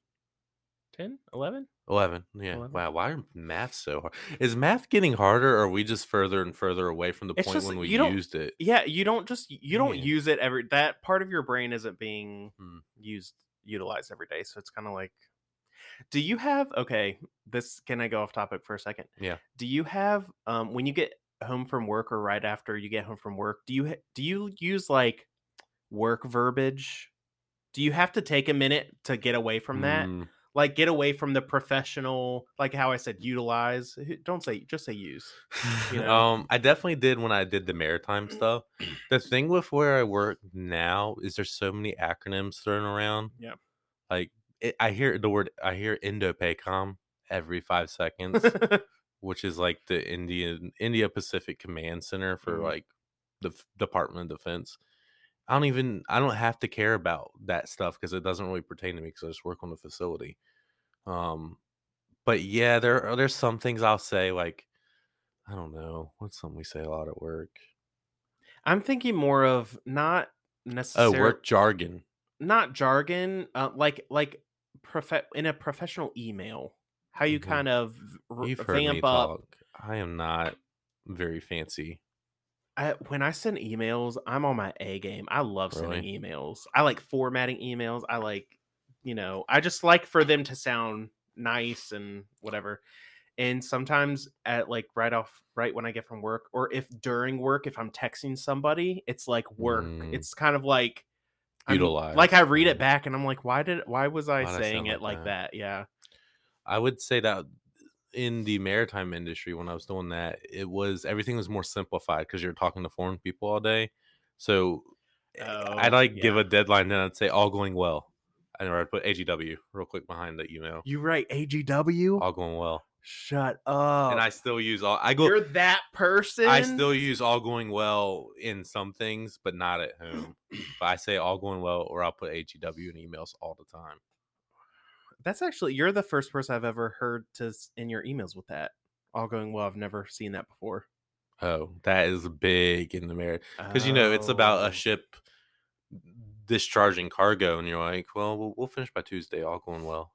Speaker 2: 10? 11?
Speaker 1: 11. Yeah.
Speaker 2: 11.
Speaker 1: Wow. Why are math so hard? Is math getting harder, or are we just further and further away from the
Speaker 2: It's
Speaker 1: point
Speaker 2: just
Speaker 1: when we
Speaker 2: you don't-
Speaker 1: used it?
Speaker 2: Yeah, you don't just you don't
Speaker 1: Yeah.
Speaker 2: use it every that part of your brain isn't being
Speaker 1: Mm.
Speaker 2: used utilized every day, so it's kind of like do you have okay, this can I go off topic for a second?
Speaker 1: Yeah.
Speaker 2: Do you have um when you get home from work or right after you get home from work, do you ha- do you use like work verbiage? Do you have to take a minute to get away from that?
Speaker 1: Mm,
Speaker 2: like get away from the professional like how i said utilize H- don't say just say use you know?
Speaker 1: Um, I definitely did when I did the maritime stuff. The thing with where I work now is there's so many acronyms thrown around.
Speaker 2: Yeah.
Speaker 1: Like it, I hear the word I hear Indo-PACOM every five seconds, which is like the Indian India Pacific Command Center for
Speaker 2: Mhm.
Speaker 1: like the F- Department of Defense. I don't even I don't have to care about that stuff because it doesn't really pertain to me because I just work on the facility. Um, but yeah, there are there's some things I'll say like I don't know what's something we say a lot at work.
Speaker 2: I'm thinking more of not
Speaker 1: Oh,
Speaker 2: necessarily
Speaker 1: work jargon.
Speaker 2: not jargon, uh, like like prof- in a professional email. How you
Speaker 1: Mhm.
Speaker 2: kind of r-
Speaker 1: You've heard me
Speaker 2: vamp up
Speaker 1: talk. I am not very fancy.
Speaker 2: I, when I send emails, I'm on my A game. I love sending
Speaker 1: Really?
Speaker 2: emails. I like formatting emails. I like, you know, I just like for them to sound nice and whatever. And sometimes at like right off, right when I get from work, or if during work, if I'm texting somebody, it's like work.
Speaker 1: Mm.
Speaker 2: It's kind of like I'm-
Speaker 1: Utilized,
Speaker 2: Like I read
Speaker 1: yeah.
Speaker 2: it back and I'm like, why did, why was I
Speaker 1: Why'd I
Speaker 2: saying
Speaker 1: sound
Speaker 2: it
Speaker 1: like
Speaker 2: like that? Yeah.
Speaker 1: I would say that in the maritime industry, when I was doing that, it was everything was more simplified because you're talking to foreign people all day. So eh, I'd
Speaker 2: Oh,
Speaker 1: like give
Speaker 2: yeah.
Speaker 1: a deadline, then I'd say all going well, and I'd put AGW real quick behind the email.
Speaker 2: You write AGW?
Speaker 1: All going well,
Speaker 2: Shut up.
Speaker 1: Oh. and I still use all. I go.
Speaker 2: Oh. you're that person.
Speaker 1: I still use all going well in some things, but not at home. but I say all going well, or I'll put AGW in emails all the time.
Speaker 2: That's actually you're the first person I've ever heard to s- in your emails with that. All going well. I've never seen that before.
Speaker 1: Oh, that is big in the marriage. because you know it's
Speaker 2: Oh.
Speaker 1: about a ship discharging cargo, and you're like, well, we'll, we'll finish by Tuesday, all going well.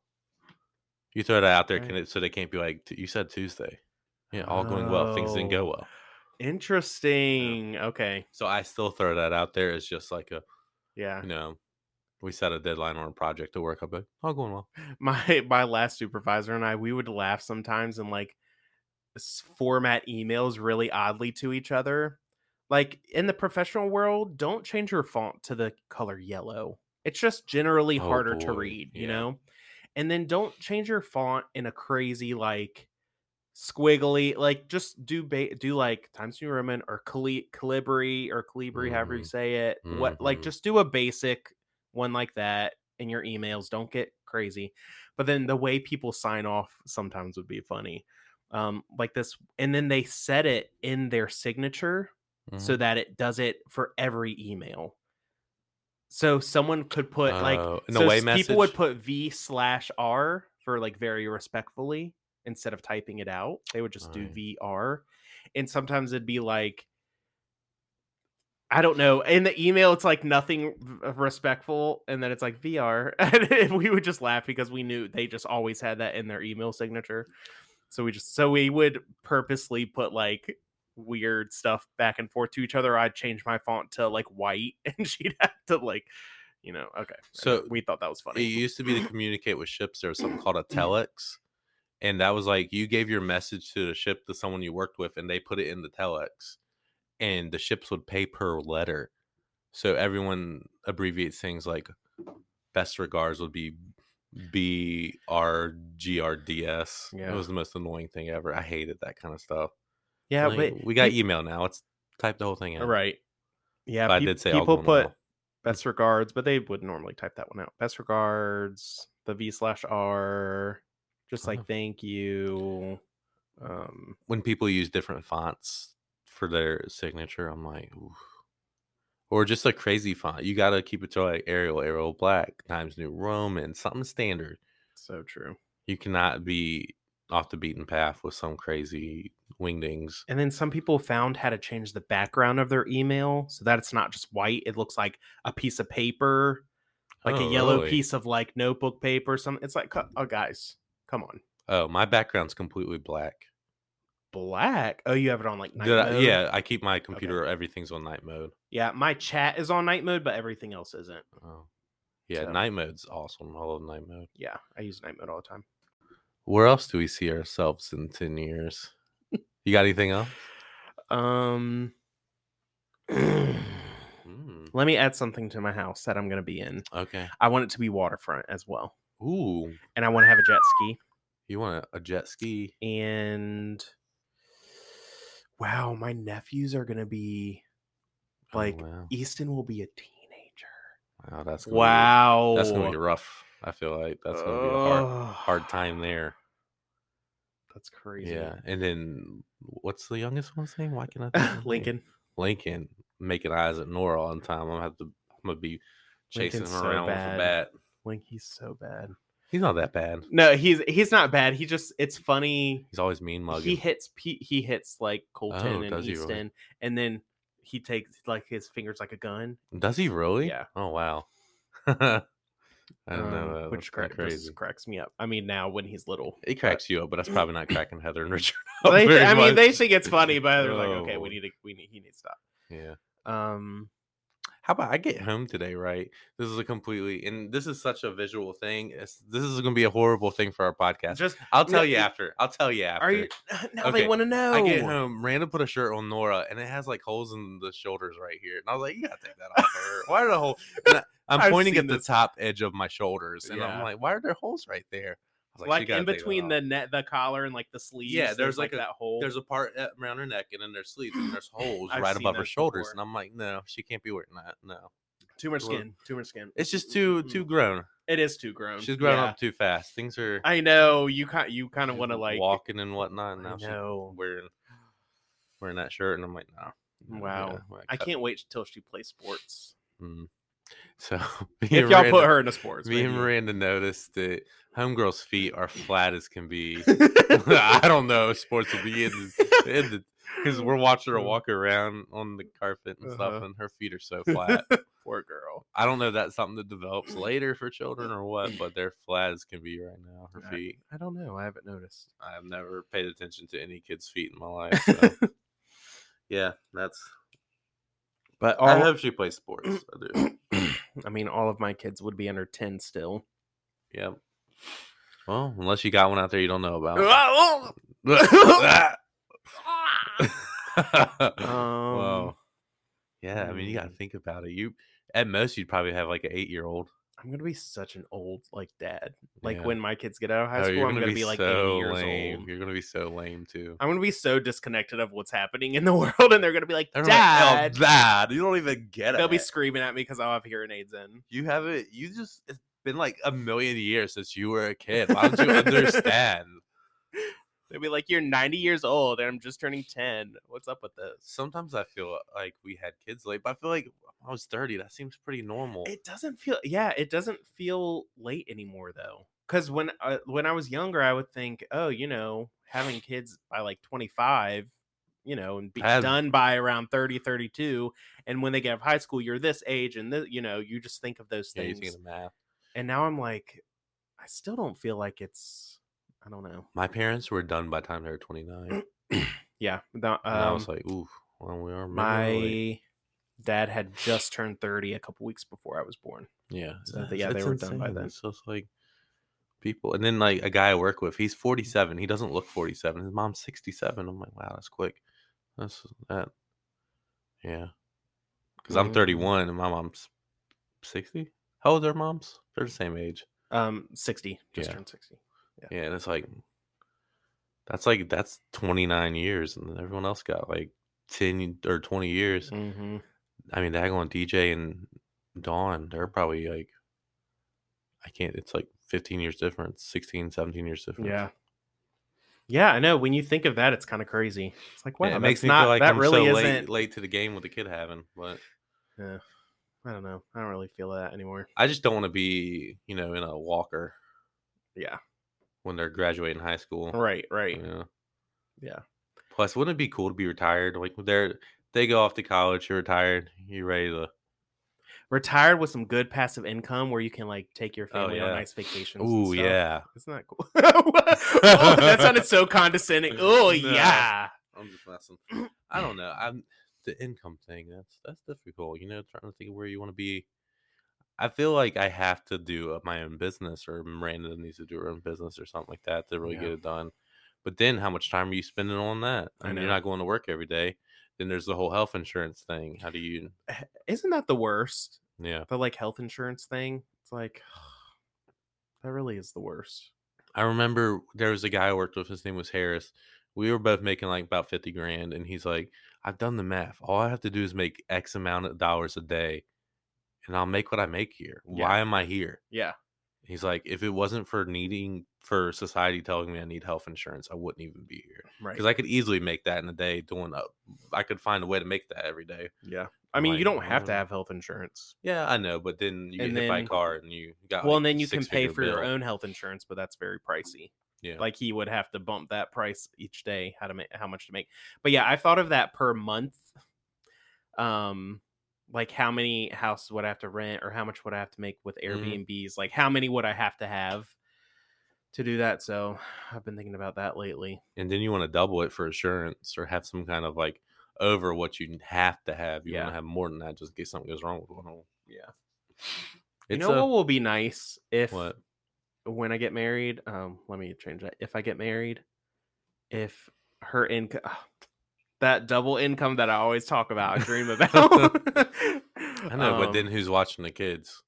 Speaker 1: You throw that out there, can
Speaker 2: Right.
Speaker 1: it, so they can't be like, "T- you said Tuesday, yeah, all going well, things didn't go
Speaker 2: Oh.
Speaker 1: well.
Speaker 2: Interesting. Okay.
Speaker 1: So I still throw that out there as just like a,
Speaker 2: Yeah.
Speaker 1: you know, we set a deadline on a project to work up, but all going well.
Speaker 2: My my last supervisor and I, we would laugh sometimes and like s- format emails really oddly to each other. Like in the professional world, don't change your font to the color yellow. It's just generally
Speaker 1: Oh,
Speaker 2: harder to
Speaker 1: boy,
Speaker 2: read, you
Speaker 1: yeah.
Speaker 2: know? And then don't change your font in a crazy like squiggly like just do ba- do like times new roman or Cali- calibri or calibri however you
Speaker 1: Mhm.
Speaker 2: say it what like
Speaker 1: Mhm.
Speaker 2: just do a basic one like that in your emails don't get crazy but then the way people sign off sometimes would be funny um like this and then they set it in their signature so
Speaker 1: Mhm.
Speaker 2: that it does it for every email so someone could put like
Speaker 1: Oh, an
Speaker 2: so
Speaker 1: away
Speaker 2: s- people would
Speaker 1: message?
Speaker 2: put v slash r for like very respectfully instead of typing it out they would just
Speaker 1: Right.
Speaker 2: do vr and sometimes it'd be like i don't know in the email it's like nothing v- respectful and then it's like vr and we would just laugh because we knew they just always had that in their email signature so we just so we would purposely put like weird stuff back and forth to each other i'd change my font to like white and she'd have to like you know okay
Speaker 1: So
Speaker 2: we thought that was
Speaker 1: it
Speaker 2: funny. Mm-hmm.
Speaker 1: used to be to communicate with ships. There was something called a telex, and that was like you gave your message to the ship to someone you worked with, and they put it in the telex, and the ships would pay per letter. So everyone abbreviates things like best regards would be B R G R D S.
Speaker 2: Yeah.
Speaker 1: It was the most annoying thing ever. I hated that kind of stuff.
Speaker 2: Yeah,
Speaker 1: Like,
Speaker 2: but
Speaker 1: we got
Speaker 2: you,
Speaker 1: email now. Let's type the whole thing out.
Speaker 2: right. Yeah,
Speaker 1: But I
Speaker 2: peop-
Speaker 1: did say all
Speaker 2: people
Speaker 1: going
Speaker 2: put
Speaker 1: well.
Speaker 2: best regards, but they would normally type that one out. Best regards, the V slash R, just
Speaker 1: Oh.
Speaker 2: like thank you. Um,
Speaker 1: when people use different fonts for their signature, I'm like, Oof. or just a crazy font. You gotta keep it to like Arial, Arial Black, Times New Roman, something standard.
Speaker 2: so true.
Speaker 1: You cannot be off the beaten path with some crazy wingdings.
Speaker 2: And then some people found how to change the background of their email so that it's not just white. It looks like a piece of paper, like a
Speaker 1: Oh,
Speaker 2: yellow
Speaker 1: really?
Speaker 2: piece of like notebook paper. Something. It's like, co- oh, guys, come on,
Speaker 1: Oh, my background's completely black.
Speaker 2: black. Oh, you have it on like night
Speaker 1: Did I,
Speaker 2: mode?
Speaker 1: yeah, I keep my computer. Everything's on night mode.
Speaker 2: Yeah, my chat is on night mode, but everything else isn't.
Speaker 1: Oh. Yeah,
Speaker 2: So-
Speaker 1: night mode's awesome. I love night mode.
Speaker 2: Yeah, I use night mode all the time.
Speaker 1: Where else do we see ourselves in ten years? You got anything else?
Speaker 2: Um let
Speaker 1: Mm,
Speaker 2: me add something to my house that I'm going to be in.
Speaker 1: okay.
Speaker 2: I want it to be waterfront as well.
Speaker 1: Ooh,
Speaker 2: And I want to have a jet ski
Speaker 1: You want a, a jet ski?
Speaker 2: and wow, my nephews are going to be
Speaker 1: Oh,
Speaker 2: like
Speaker 1: wow,
Speaker 2: Easton will be a teenager.
Speaker 1: Wow, that's gonna
Speaker 2: Wow.
Speaker 1: Be, that's gonna be rough. I feel like that's gonna be a hard,
Speaker 2: Ugh,
Speaker 1: hard time there.
Speaker 2: That's crazy.
Speaker 1: Yeah, and then what's the youngest one's name? Why can't I? think of his name?
Speaker 2: Lincoln
Speaker 1: Lincoln making eyes at Nora all the time. I'm gonna have to. I'm gonna be chasing
Speaker 2: Lincoln's
Speaker 1: her
Speaker 2: so
Speaker 1: around with
Speaker 2: bad.
Speaker 1: a bat.
Speaker 2: Link, he's so bad.
Speaker 1: He's not that bad.
Speaker 2: No, he's he's not bad. He just it's funny.
Speaker 1: He's always mean mugging.
Speaker 2: He hits Pete. He hits like Colton
Speaker 1: Oh, does
Speaker 2: and
Speaker 1: he really?
Speaker 2: Easton, and then he takes like his fingers like a gun.
Speaker 1: Does he really?
Speaker 2: Yeah.
Speaker 1: Oh wow. I don't
Speaker 2: um,
Speaker 1: know. That.
Speaker 2: which
Speaker 1: Which
Speaker 2: crack, just
Speaker 1: crazy.
Speaker 2: cracks me up. I mean, now when he's little,
Speaker 1: It cracks you up, but that's probably not cracking Heather and Richard. up
Speaker 2: they,
Speaker 1: Oh, very
Speaker 2: I mean,
Speaker 1: much. Oh.
Speaker 2: they think it's funny, but they're like, okay,
Speaker 1: No.
Speaker 2: we need to, we need, he needs to
Speaker 1: Yeah.
Speaker 2: stop. Um,
Speaker 1: How about I get home today, right? This is a completely and this is such a visual thing. It's, this is going to be a horrible thing for our podcast.
Speaker 2: just
Speaker 1: I'll tell
Speaker 2: No,
Speaker 1: you
Speaker 2: it-
Speaker 1: after. I'll tell you after.
Speaker 2: are you? Now they
Speaker 1: Okay,
Speaker 2: want to know.
Speaker 1: I get home. Randall put a shirt on Nora, and it has like holes in the shoulders right here. And I was like, "You gotta take that off her. Why are the holes?" I'm
Speaker 2: I've
Speaker 1: pointing at
Speaker 2: seen
Speaker 1: the
Speaker 2: this.
Speaker 1: top edge of my shoulders, and
Speaker 2: Yeah.
Speaker 1: I'm like, "Why are there holes right there?" I was
Speaker 2: like,
Speaker 1: "She gotta
Speaker 2: in
Speaker 1: take that
Speaker 2: between
Speaker 1: off."
Speaker 2: the net, the collar, and like the sleeves.
Speaker 1: there's, like, a-
Speaker 2: that hole.
Speaker 1: there's a part at- around her neck, and then there's sleeves, and there's holes
Speaker 2: I've
Speaker 1: right
Speaker 2: seen
Speaker 1: above her
Speaker 2: those
Speaker 1: shoulders.
Speaker 2: before.
Speaker 1: And I'm like, "No, she can't be wearing that. No,
Speaker 2: too much
Speaker 1: Well,
Speaker 2: skin. Too much skin.
Speaker 1: it's just too too grown.
Speaker 2: It is too grown.
Speaker 1: She's grown
Speaker 2: Um, Yeah.
Speaker 1: up too fast. Things are
Speaker 2: I know you kind you kind of
Speaker 1: she's
Speaker 2: want to like
Speaker 1: walking and whatnot. And
Speaker 2: I
Speaker 1: now she's
Speaker 2: know.
Speaker 1: wearing wearing that shirt, and I'm like, "No." no, we
Speaker 2: Wow.
Speaker 1: gotta- we gotta
Speaker 2: I
Speaker 1: cut
Speaker 2: can't wait till she plays sports.
Speaker 1: Mm. So me
Speaker 2: If
Speaker 1: and
Speaker 2: y'all
Speaker 1: Miranda-
Speaker 2: put her in a sports,
Speaker 1: me and
Speaker 2: maybe.
Speaker 1: Miranda noticed that homegirl's feet are flat as can be. I don't know if sports will be in the, in the because we're watching her walk around on the carpet and stuff,
Speaker 2: Uh-huh.
Speaker 1: and her feet are so flat.
Speaker 2: Poor girl.
Speaker 1: I don't know if that's something that develops later for children or what, but they're flat as can be right now. Her
Speaker 2: Yeah.
Speaker 1: feet.
Speaker 2: I don't know. I haven't noticed.
Speaker 1: I've never paid attention to any kid's feet in my life. So. yeah, that's.
Speaker 2: But
Speaker 1: I
Speaker 2: all,
Speaker 1: hope she plays sports. I do.
Speaker 2: I mean, all of my kids would be under ten still.
Speaker 1: Yep. Well, unless you got one out there you don't know about. Oh.
Speaker 2: um, Ah! Um,
Speaker 1: Wow. Yeah, I mean, you got to
Speaker 2: hmm.
Speaker 1: think about it. You at most you'd probably have like an eight year old.
Speaker 2: I'm gonna be such an old like dad. Like
Speaker 1: Yeah. Oh,
Speaker 2: when my kids get out of high school, I'm gonna be, like 80 years
Speaker 1: lame.
Speaker 2: old.
Speaker 1: You're gonna be so lame too.
Speaker 2: I'm gonna be so disconnected of what's happening in the world, and they're gonna be like,
Speaker 1: They're gonna be like,
Speaker 2: "Dad."
Speaker 1: "Oh, Dad, you don't even get
Speaker 2: They'll
Speaker 1: it.
Speaker 2: be screaming at me because I'll have hearing aids in.
Speaker 1: you haven't. You just. It's been like a million years since you were a kid. Why don't you understand?
Speaker 2: They'll be like, "You're 90 years old, and I'm just turning 10. What's up with this?"
Speaker 1: Sometimes I feel like we had kids late, but I feel like when I was thirty. That seems pretty normal.
Speaker 2: It doesn't feel yeah, it doesn't feel late anymore though. Cuz when uh, when I was younger I would think, "Oh, you know, having kids by like 25, you know, and be
Speaker 1: I had-
Speaker 2: done by around 30, 32, and when they get out of high school, you're this age and this, you know, you just think of those
Speaker 1: yeah, you
Speaker 2: things."
Speaker 1: think of the math.
Speaker 2: and now I'm like I still don't feel like it's I don't know.
Speaker 1: My parents were done by the time they were 29. and
Speaker 2: Yeah, the,
Speaker 1: I was
Speaker 2: um,
Speaker 1: like, ooh, well, we are my.
Speaker 2: my dad had just turned 30 a couple weeks before I was born.
Speaker 1: Yeah.
Speaker 2: so they- yeah, they were done by then.
Speaker 1: So it's like people. And then, like, a guy I work with, he's 47. He doesn't look 47. His mom's 67. I'm like, wow, that's quick. That's that. Yeah. Because I'm
Speaker 2: Mhm.
Speaker 1: 31 and my mom's 60. How old are their moms? They're the same age.
Speaker 2: Um 60, just
Speaker 1: Yeah.
Speaker 2: turned 60.
Speaker 1: Yeah. And it's like, that's like, that's 29 years. And everyone else got like 10 or 20 years.
Speaker 2: Mhm.
Speaker 1: I mean, that going DJ and Dawn, they're probably like, I can't, it's like 15 years difference, 16, 17 years difference.
Speaker 2: Yeah. Yeah, I know. When you think of that, it's kind of crazy. It's like, wow,
Speaker 1: Yeah, it
Speaker 2: that's
Speaker 1: makes me
Speaker 2: not,
Speaker 1: feel like
Speaker 2: that
Speaker 1: I'm
Speaker 2: really
Speaker 1: so
Speaker 2: isn't.
Speaker 1: late, late to the game with the kid having, but
Speaker 2: I don't know. I don't really feel that anymore.
Speaker 1: I just don't want to be, you know, in a walker
Speaker 2: Yeah.
Speaker 1: when they're graduating high school.
Speaker 2: Right. Right.
Speaker 1: Yeah. Mm.
Speaker 2: Yeah.
Speaker 1: Plus, wouldn't it be cool to be retired? Like, they're, they go off to college, you're retired, you're ready to,
Speaker 2: Retired with some good passive income where you can like take your
Speaker 1: Oh,
Speaker 2: family on
Speaker 1: yeah.
Speaker 2: nice vacations. and
Speaker 1: ooh,
Speaker 2: stuff.
Speaker 1: yeah.
Speaker 2: Isn't that cool? oh, that sounded so condescending. Oh,
Speaker 1: No.
Speaker 2: yeah.
Speaker 1: I'm just messing. I don't know. I'm the income thing. That's that's difficult. You know, trying to think of where you want to be. I feel like I have to do up my own business, or Miranda needs to do her own business, or something like that to really
Speaker 2: Yeah.
Speaker 1: get it done. But then, how much time are you spending on that? I
Speaker 2: I
Speaker 1: mean, you're
Speaker 2: know.
Speaker 1: not going to work every day. Then there's the whole health insurance thing. How do you?
Speaker 2: Isn't that the worst?
Speaker 1: Yeah,
Speaker 2: The like health insurance thing. It's like, that really is the worst.
Speaker 1: I remember there was a guy I worked with. His name was Harris. We were both making like about fifty grand, and he's like, "I've done the math. All I have to do is make X amount of dollars a day, and I'll make what I make here.
Speaker 2: Yeah.
Speaker 1: Why am I here?"
Speaker 2: Yeah.
Speaker 1: He's like, "If it wasn't for needing for society telling me I need health insurance, I wouldn't even be here
Speaker 2: Right.
Speaker 1: because I could easily make that in a day doing up. I could find a way to make that every day.
Speaker 2: yeah. I
Speaker 1: I'm
Speaker 2: mean, you
Speaker 1: like,
Speaker 2: don't have to
Speaker 1: "Mm."
Speaker 2: have health insurance.
Speaker 1: Yeah, I know, but then you get
Speaker 2: And
Speaker 1: hit by a
Speaker 2: then-
Speaker 1: car and you got
Speaker 2: well
Speaker 1: like,
Speaker 2: and then you can pay
Speaker 1: six-figure
Speaker 2: for your
Speaker 1: bill.
Speaker 2: own health insurance but that's very pricey
Speaker 1: Yeah,
Speaker 2: like he would have to bump that price each day how to make how much to make but yeah i thought of that per month um like how many houses would I have to rent or how much would I have to make with
Speaker 1: Mm-hmm.
Speaker 2: Airbnbs? Like how many would I have to have to do that? So I've been thinking about that lately.
Speaker 1: and then you want to double it for assurance or have some kind of like over what you have to have. You want
Speaker 2: Yeah.
Speaker 1: to have more than that just in case something goes wrong with one of them.
Speaker 2: Yeah.
Speaker 1: It's
Speaker 2: you know
Speaker 1: a,
Speaker 2: what will be nice if
Speaker 1: what?
Speaker 2: when I get married, um, let me change that. If I get married, if her income, that double income that I always talk about, I dream about.
Speaker 1: I know, but
Speaker 2: Um,
Speaker 1: then who's watching the kids?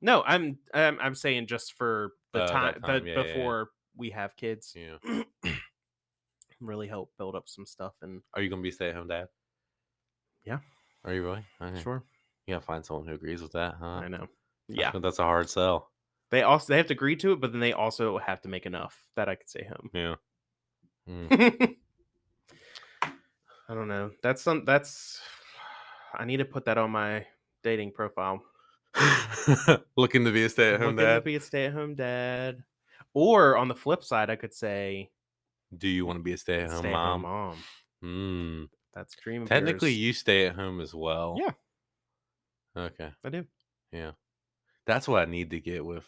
Speaker 2: no, I'm, I'm I'm saying just for the
Speaker 1: Oh, that
Speaker 2: time,
Speaker 1: time,
Speaker 2: the,
Speaker 1: yeah, yeah, yeah.
Speaker 2: before we have kids,
Speaker 1: You know,
Speaker 2: really help build up some stuff and
Speaker 1: are you gonna be stay at home dad?
Speaker 2: Yeah.
Speaker 1: Are you really? Okay.
Speaker 2: sure,
Speaker 1: You gotta find someone who agrees with that, huh?
Speaker 2: I know,
Speaker 1: That's
Speaker 2: yeah.
Speaker 1: gonna- that's a hard sell.
Speaker 2: They also they have to agree to it, but then they also have to make enough that I could stay home.
Speaker 1: Yeah. Mm.
Speaker 2: I don't know. That's some. That's. I need to put that on my dating profile.
Speaker 1: Looking to be a stay at home
Speaker 2: Looking to
Speaker 1: dad.
Speaker 2: be a stay-at-home dad. Or on the flip side, I could say
Speaker 1: Do you want to be a stay at home
Speaker 2: stay-at-home
Speaker 1: mom? Mm.
Speaker 2: mom. That's a dream. of
Speaker 1: Technically,
Speaker 2: yours.
Speaker 1: you stay at home as well.
Speaker 2: Yeah.
Speaker 1: Okay.
Speaker 2: I do.
Speaker 1: That's what I need to get with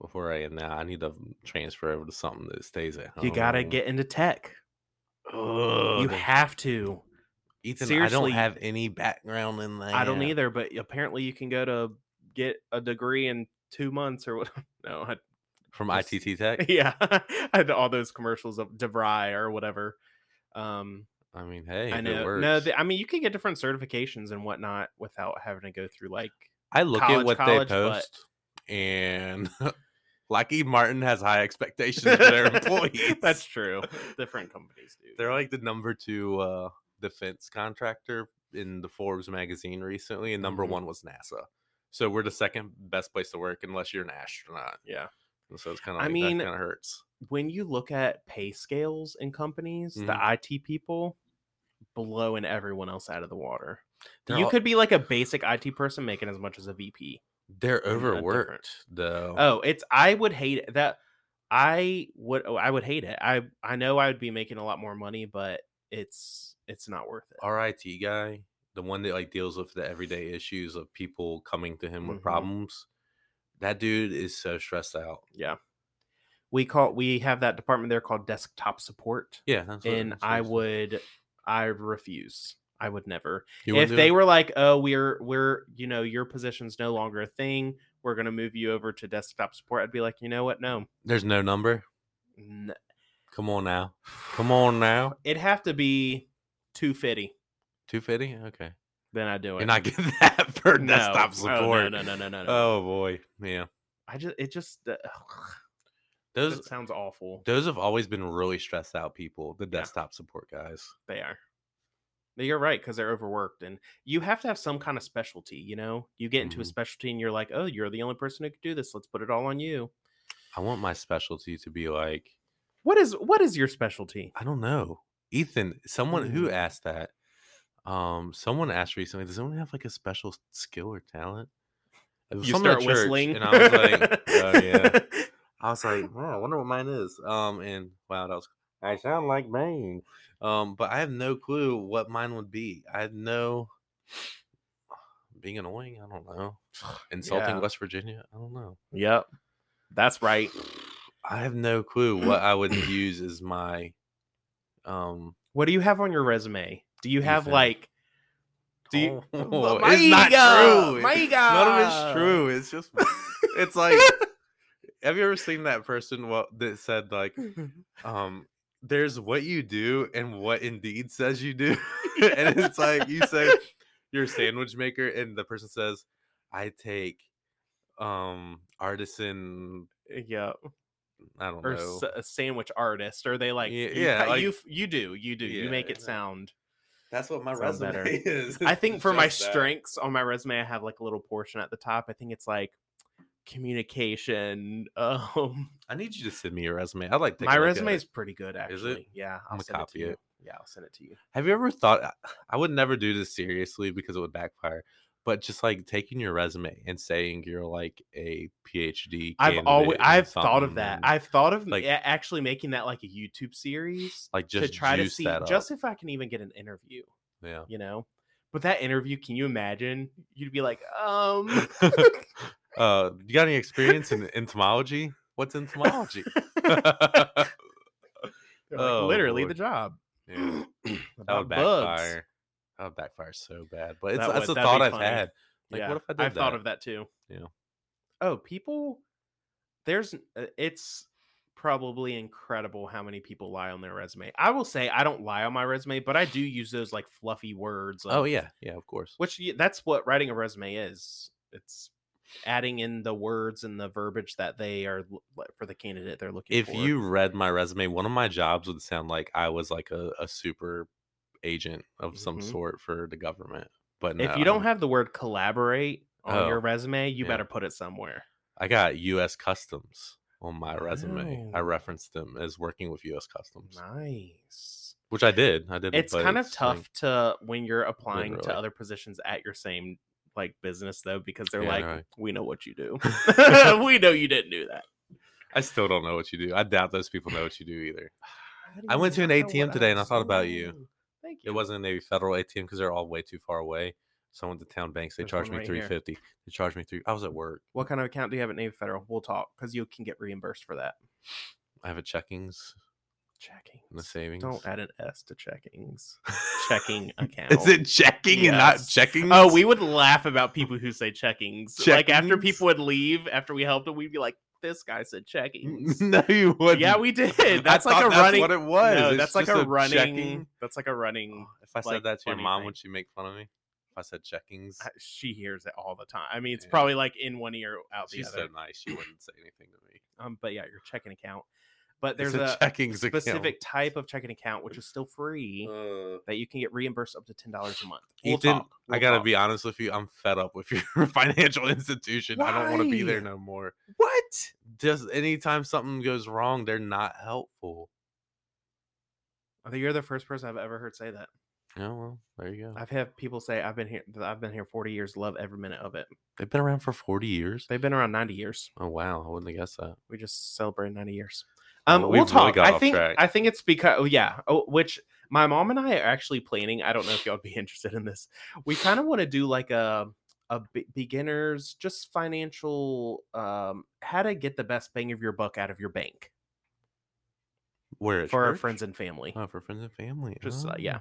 Speaker 1: before I am now. I need to transfer over to something that stays at home.
Speaker 2: You gotta get into tech.
Speaker 1: Ugh,
Speaker 2: you
Speaker 1: the-
Speaker 2: have to.
Speaker 1: Ethan, I
Speaker 2: seriously-
Speaker 1: don't have any background in that.
Speaker 2: I don't either, but apparently you can go to get a degree in two months or what? No, I,
Speaker 1: From
Speaker 2: Just-
Speaker 1: ITT Tech?
Speaker 2: yeah, I had all those commercials of DeVry or whatever. Um,
Speaker 1: I mean, hey,
Speaker 2: I
Speaker 1: if
Speaker 2: know.
Speaker 1: it works.
Speaker 2: No, th- I mean you can get different certifications and whatnot without having to go through like.
Speaker 1: I look
Speaker 2: college,
Speaker 1: at what
Speaker 2: college,
Speaker 1: they
Speaker 2: but-
Speaker 1: post, and Lockheed Martin has high expectations for their employees.
Speaker 2: That's true. Different companies do.
Speaker 1: They're like the number two uh, defense contractor in the Forbes magazine recently, and number
Speaker 2: Mhm.
Speaker 1: one was NASA. So we're the second best place to work unless you're an astronaut.
Speaker 2: yeah.
Speaker 1: And so it's kind of
Speaker 2: I
Speaker 1: like,
Speaker 2: mean,
Speaker 1: that kind of hurts.
Speaker 2: When you look at pay scales in companies,
Speaker 1: Mhm.
Speaker 2: the IT people blowing everyone else out of the water.
Speaker 1: They're
Speaker 2: you
Speaker 1: all-
Speaker 2: could be like a basic IT person making as much as a VP.
Speaker 1: They're
Speaker 2: a different-
Speaker 1: overworked though.
Speaker 2: Oh, it's I would hate it. that. I would oh, I would hate it. I I know I would be making a lot more money, but it's it's not worth it.
Speaker 1: Our IT guy, the one that like deals with the everyday issues of people coming to him with
Speaker 2: Mhm.
Speaker 1: problems. That dude is so stressed out.
Speaker 2: Yeah. We call we have that department there called desktop support.
Speaker 1: Yeah, that's what-
Speaker 2: and
Speaker 1: that's what
Speaker 2: I
Speaker 1: he said.
Speaker 2: would I refuse. I would never.
Speaker 1: You wouldn't
Speaker 2: if
Speaker 1: do
Speaker 2: they
Speaker 1: it?
Speaker 2: were like, "Oh, we're we're you know your position's no longer a thing. We're gonna move you over to desktop support," I'd be like, you know what? No,
Speaker 1: there's no number.
Speaker 2: N-
Speaker 1: Come on now, come on now.
Speaker 2: it'd have to be two fifty.
Speaker 1: Two fifty. Okay,
Speaker 2: Then I do it.
Speaker 1: you're not getting that for
Speaker 2: No.
Speaker 1: desktop
Speaker 2: Oh, no,
Speaker 1: support.
Speaker 2: no, no, no, no, no.
Speaker 1: Oh boy, yeah.
Speaker 2: I just it just uh,
Speaker 1: Those
Speaker 2: that sounds awful.
Speaker 1: those have always been really stressed out people. The
Speaker 2: Yeah.
Speaker 1: desktop support guys.
Speaker 2: They are. But You're right because they're overworked, and you have to have some kind of specialty. You know, you get into a
Speaker 1: Mhm.
Speaker 2: specialty, and you're like, "Oh, you're the only person who could do this. Let's put it all on you."
Speaker 1: I want my specialty to be like
Speaker 2: What is what is your specialty?
Speaker 1: I don't know. Ethan, someone
Speaker 2: Mm.
Speaker 1: who asked that. Um, someone asked recently, does anyone have like a special skill or talent? It was
Speaker 2: you
Speaker 1: someone at
Speaker 2: start
Speaker 1: church,
Speaker 2: whistling.
Speaker 1: and I was like, oh yeah. I was like, wow, I wonder what mine is. Um, and wow, that was I sound like Bane. Um, but I have no clue what mine would be. I have no being annoying. I don't know. Insulting
Speaker 2: Yeah.
Speaker 1: West Virginia. I don't know.
Speaker 2: Yep. That's right.
Speaker 1: I have no clue what I would use as my um.
Speaker 2: What do you have on your resume? Do you have
Speaker 1: Ethan.
Speaker 2: like Do you-
Speaker 1: Oh,
Speaker 2: My
Speaker 1: it's not
Speaker 2: ego,
Speaker 1: true.
Speaker 2: my
Speaker 1: None of it's
Speaker 2: ego.
Speaker 1: true. It's just. It's like. have you ever seen that person? Well, that said like. um there's what you do and what indeed says you do and it's like you say you're a sandwich maker and the person says i take um artisan
Speaker 2: yeah,
Speaker 1: i don't
Speaker 2: or
Speaker 1: know
Speaker 2: s- a sandwich artist? Or they like,
Speaker 1: Ye-
Speaker 2: you,
Speaker 1: yeah,
Speaker 2: cut-
Speaker 1: like-
Speaker 2: you f- you do, you do, you
Speaker 1: Yeah,
Speaker 2: make it
Speaker 1: yeah.
Speaker 2: sound.
Speaker 1: that's what my
Speaker 2: sounds better.
Speaker 1: is
Speaker 2: I think for my
Speaker 1: Just that.
Speaker 2: strengths on my resume, I have like a little portion at the top. I think it's like communication. Um,
Speaker 1: i need you to send me your resume i like to take
Speaker 2: my
Speaker 1: a look at
Speaker 2: resume
Speaker 1: it.
Speaker 2: is pretty good, actually.
Speaker 1: Is it?
Speaker 2: Yeah, I'll
Speaker 1: gonna
Speaker 2: send
Speaker 1: copy
Speaker 2: it
Speaker 1: it.
Speaker 2: to you. Yeah, I'll send it to you.
Speaker 1: have you ever thought I- i would never do this seriously because it would backfire but just like taking your resume and saying you're like a phd
Speaker 2: I've always
Speaker 1: candidate in
Speaker 2: I've thought of
Speaker 1: something
Speaker 2: that.
Speaker 1: and,
Speaker 2: I've thought of
Speaker 1: like-
Speaker 2: like, actually making that like a YouTube series
Speaker 1: like just
Speaker 2: to try to
Speaker 1: juice
Speaker 2: see
Speaker 1: that up.
Speaker 2: just if I can even get an interview,
Speaker 1: yeah
Speaker 2: you know. But that interview, can you imagine? You'd be like, um,
Speaker 1: uh, you got any experience in entomology? What's entomology?
Speaker 2: They're like,
Speaker 1: Oh,
Speaker 2: literally
Speaker 1: boy.
Speaker 2: the job.
Speaker 1: Yeah, that
Speaker 2: About
Speaker 1: would backfire. That would backfire so bad. But it's,
Speaker 2: That
Speaker 1: that's
Speaker 2: would-
Speaker 1: a
Speaker 2: that'd be
Speaker 1: thought I've
Speaker 2: funny.
Speaker 1: had. Like, what if I did
Speaker 2: have thought
Speaker 1: that?
Speaker 2: of that too.
Speaker 1: Yeah.
Speaker 2: Oh, people, there's uh, it's probably incredible how many people lie on their resume. I will say I don't lie on my resume, but I do use those like fluffy words.
Speaker 1: Oh
Speaker 2: of-
Speaker 1: yeah, yeah, of course.
Speaker 2: which y- that's what writing a resume is. It's adding in the words and the verbiage that they are l- like, for the candidate they're looking
Speaker 1: If
Speaker 2: for.
Speaker 1: you read my resume, one of my jobs would sound like I was like a, a super agent of some
Speaker 2: Mhm.
Speaker 1: sort for the government. But no,
Speaker 2: if you don't
Speaker 1: I'm-
Speaker 2: have the word collaborate on
Speaker 1: Oh,
Speaker 2: your resume, you
Speaker 1: yeah.
Speaker 2: better put it somewhere.
Speaker 1: I got U.S. Customs on my resume. I
Speaker 2: Oh.
Speaker 1: referenced them as working with U.S. Customs,
Speaker 2: Nice.
Speaker 1: which I did. I did.
Speaker 2: it's
Speaker 1: but
Speaker 2: kind of
Speaker 1: like-
Speaker 2: tough to when you're applying to
Speaker 1: Literally.
Speaker 2: other positions at your same like business though because they're
Speaker 1: Yeah, I
Speaker 2: like
Speaker 1: know.
Speaker 2: we know what you do we know you didn't do that
Speaker 1: I still don't know what you do. I doubt those people know what you do either. I went to an ATM today and I thought about Oh, you.
Speaker 2: thank you
Speaker 1: It wasn't a federal ATM because they're all way too far away. So I went to town banks. They
Speaker 2: There's
Speaker 1: charged
Speaker 2: one
Speaker 1: me
Speaker 2: right
Speaker 1: three
Speaker 2: here.
Speaker 1: fifty. They charged me three. I was at work.
Speaker 2: what kind of account do you have at navy federal we'll talk because you can get reimbursed for that
Speaker 1: I have a checkings
Speaker 2: checking
Speaker 1: and a savings.
Speaker 2: don't add an s to checkings checking account
Speaker 1: Is it checking and not
Speaker 2: Yes.
Speaker 1: checking?
Speaker 2: Oh, we would laugh about people who say checkings. Like after
Speaker 1: Checkings?
Speaker 2: people would leave, after we helped them, we'd be like, "This guy said checkings."
Speaker 1: no, you wouldn't.
Speaker 2: yeah, we did.
Speaker 1: I
Speaker 2: That's like
Speaker 1: thought
Speaker 2: a running.
Speaker 1: What it was.
Speaker 2: No,
Speaker 1: It's
Speaker 2: that's like
Speaker 1: just
Speaker 2: a, running.
Speaker 1: checking.
Speaker 2: That's like a running.
Speaker 1: If I said
Speaker 2: like,
Speaker 1: that to your
Speaker 2: funny
Speaker 1: mom,
Speaker 2: thing.
Speaker 1: would she make fun of me? If I said checkings,
Speaker 2: I- She hears it all the time. I mean, it's
Speaker 1: Oh. Yeah.
Speaker 2: probably like in one ear out the
Speaker 1: she's so
Speaker 2: other.
Speaker 1: nice. She wouldn't say anything to me.
Speaker 2: Um, but yeah, your checking account. But
Speaker 1: It's
Speaker 2: there's a,
Speaker 1: checkings account.
Speaker 2: specific type of checking account which is still free
Speaker 1: Uh,
Speaker 2: that you can get reimbursed up to ten dollars a month.
Speaker 1: Ethan, I gotta
Speaker 2: talk.
Speaker 1: be honest with you. I'm fed up with your financial institution. I don't want to be there
Speaker 2: Why?
Speaker 1: no more.
Speaker 2: what?
Speaker 1: Just anytime something goes wrong, they're not helpful.
Speaker 2: I think you're the first person I've ever heard say that.
Speaker 1: Yeah, Oh, well, there you go.
Speaker 2: I've had people say I've been here. that I've been here forty years. Love every minute of it.
Speaker 1: They've been around for 40 years.
Speaker 2: They've been around ninety years.
Speaker 1: Oh wow, I wouldn't have guessed that.
Speaker 2: We just celebrated 90 years.
Speaker 1: Oh,
Speaker 2: Um,
Speaker 1: well,
Speaker 2: we'll
Speaker 1: we've really
Speaker 2: talk.
Speaker 1: got
Speaker 2: I
Speaker 1: off
Speaker 2: think
Speaker 1: track.
Speaker 2: I think it's because oh, yeah, oh, which my mom and I are actually planning. I don't know if y'all be interested in this. We kind of want to do like a a be- beginners just financial um how to get the best bang of your buck out of your bank
Speaker 1: Where at
Speaker 2: for our
Speaker 1: church?
Speaker 2: friends and family.
Speaker 1: Oh, for friends and family.
Speaker 2: Just uh,
Speaker 1: Oh.
Speaker 2: yeah,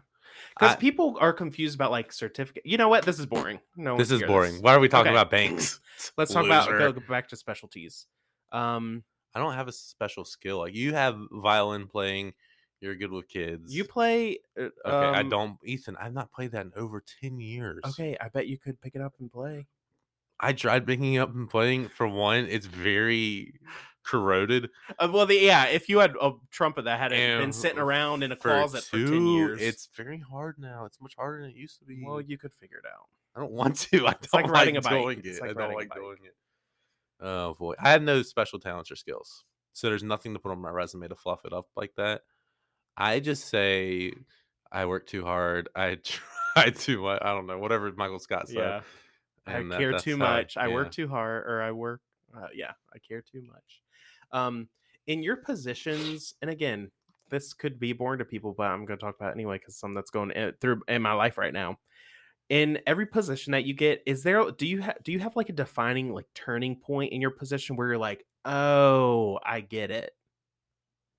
Speaker 2: because
Speaker 1: I-
Speaker 2: people are confused about like certificate. You know what? This is boring. No, one
Speaker 1: This
Speaker 2: wants
Speaker 1: is
Speaker 2: to hear
Speaker 1: boring. Why are we talking
Speaker 2: Okay.
Speaker 1: about banks?
Speaker 2: Let's talk about
Speaker 1: Loser.
Speaker 2: go go back to specialties. Um,
Speaker 1: I don't have a special skill. Like you have violin playing. You're good with kids.
Speaker 2: you play. uh,
Speaker 1: Okay, I
Speaker 2: um,
Speaker 1: don't, Ethan. I've not played that in over ten years.
Speaker 2: Okay, I bet you could pick it up and play.
Speaker 1: I tried picking up and playing. For one, it's very corroded.
Speaker 2: Uh, well, the, yeah, if you had a trumpet that had it been
Speaker 1: and
Speaker 2: sitting around in a
Speaker 1: for
Speaker 2: closet for ten
Speaker 1: two,
Speaker 2: years,
Speaker 1: It's very hard now. It's much harder than it used to be.
Speaker 2: well, you could figure it out.
Speaker 1: I don't want to. I
Speaker 2: It's
Speaker 1: don't
Speaker 2: like
Speaker 1: like
Speaker 2: riding a bike.
Speaker 1: doing
Speaker 2: It's
Speaker 1: it.
Speaker 2: like
Speaker 1: I don't
Speaker 2: riding a
Speaker 1: like
Speaker 2: bike.
Speaker 1: doing it. Oh boy, I had no special talents or skills, so there's nothing to put on my resume to fluff it up like that. I just say I work too hard. I try too much. I don't know. Whatever Michael Scott said.
Speaker 2: yeah,
Speaker 1: and
Speaker 2: I
Speaker 1: that-
Speaker 2: care
Speaker 1: that's
Speaker 2: too
Speaker 1: how
Speaker 2: much. I
Speaker 1: yeah.
Speaker 2: work too hard, or I work. Uh, yeah, I care too much. Um, in your positions, and again, this could be boring to people, but I'm going to talk about it anyway because some that's going in, through in my life right now. In every position that you get, is there do you have do you have like a defining like turning point in your position where you're like, oh, I get it.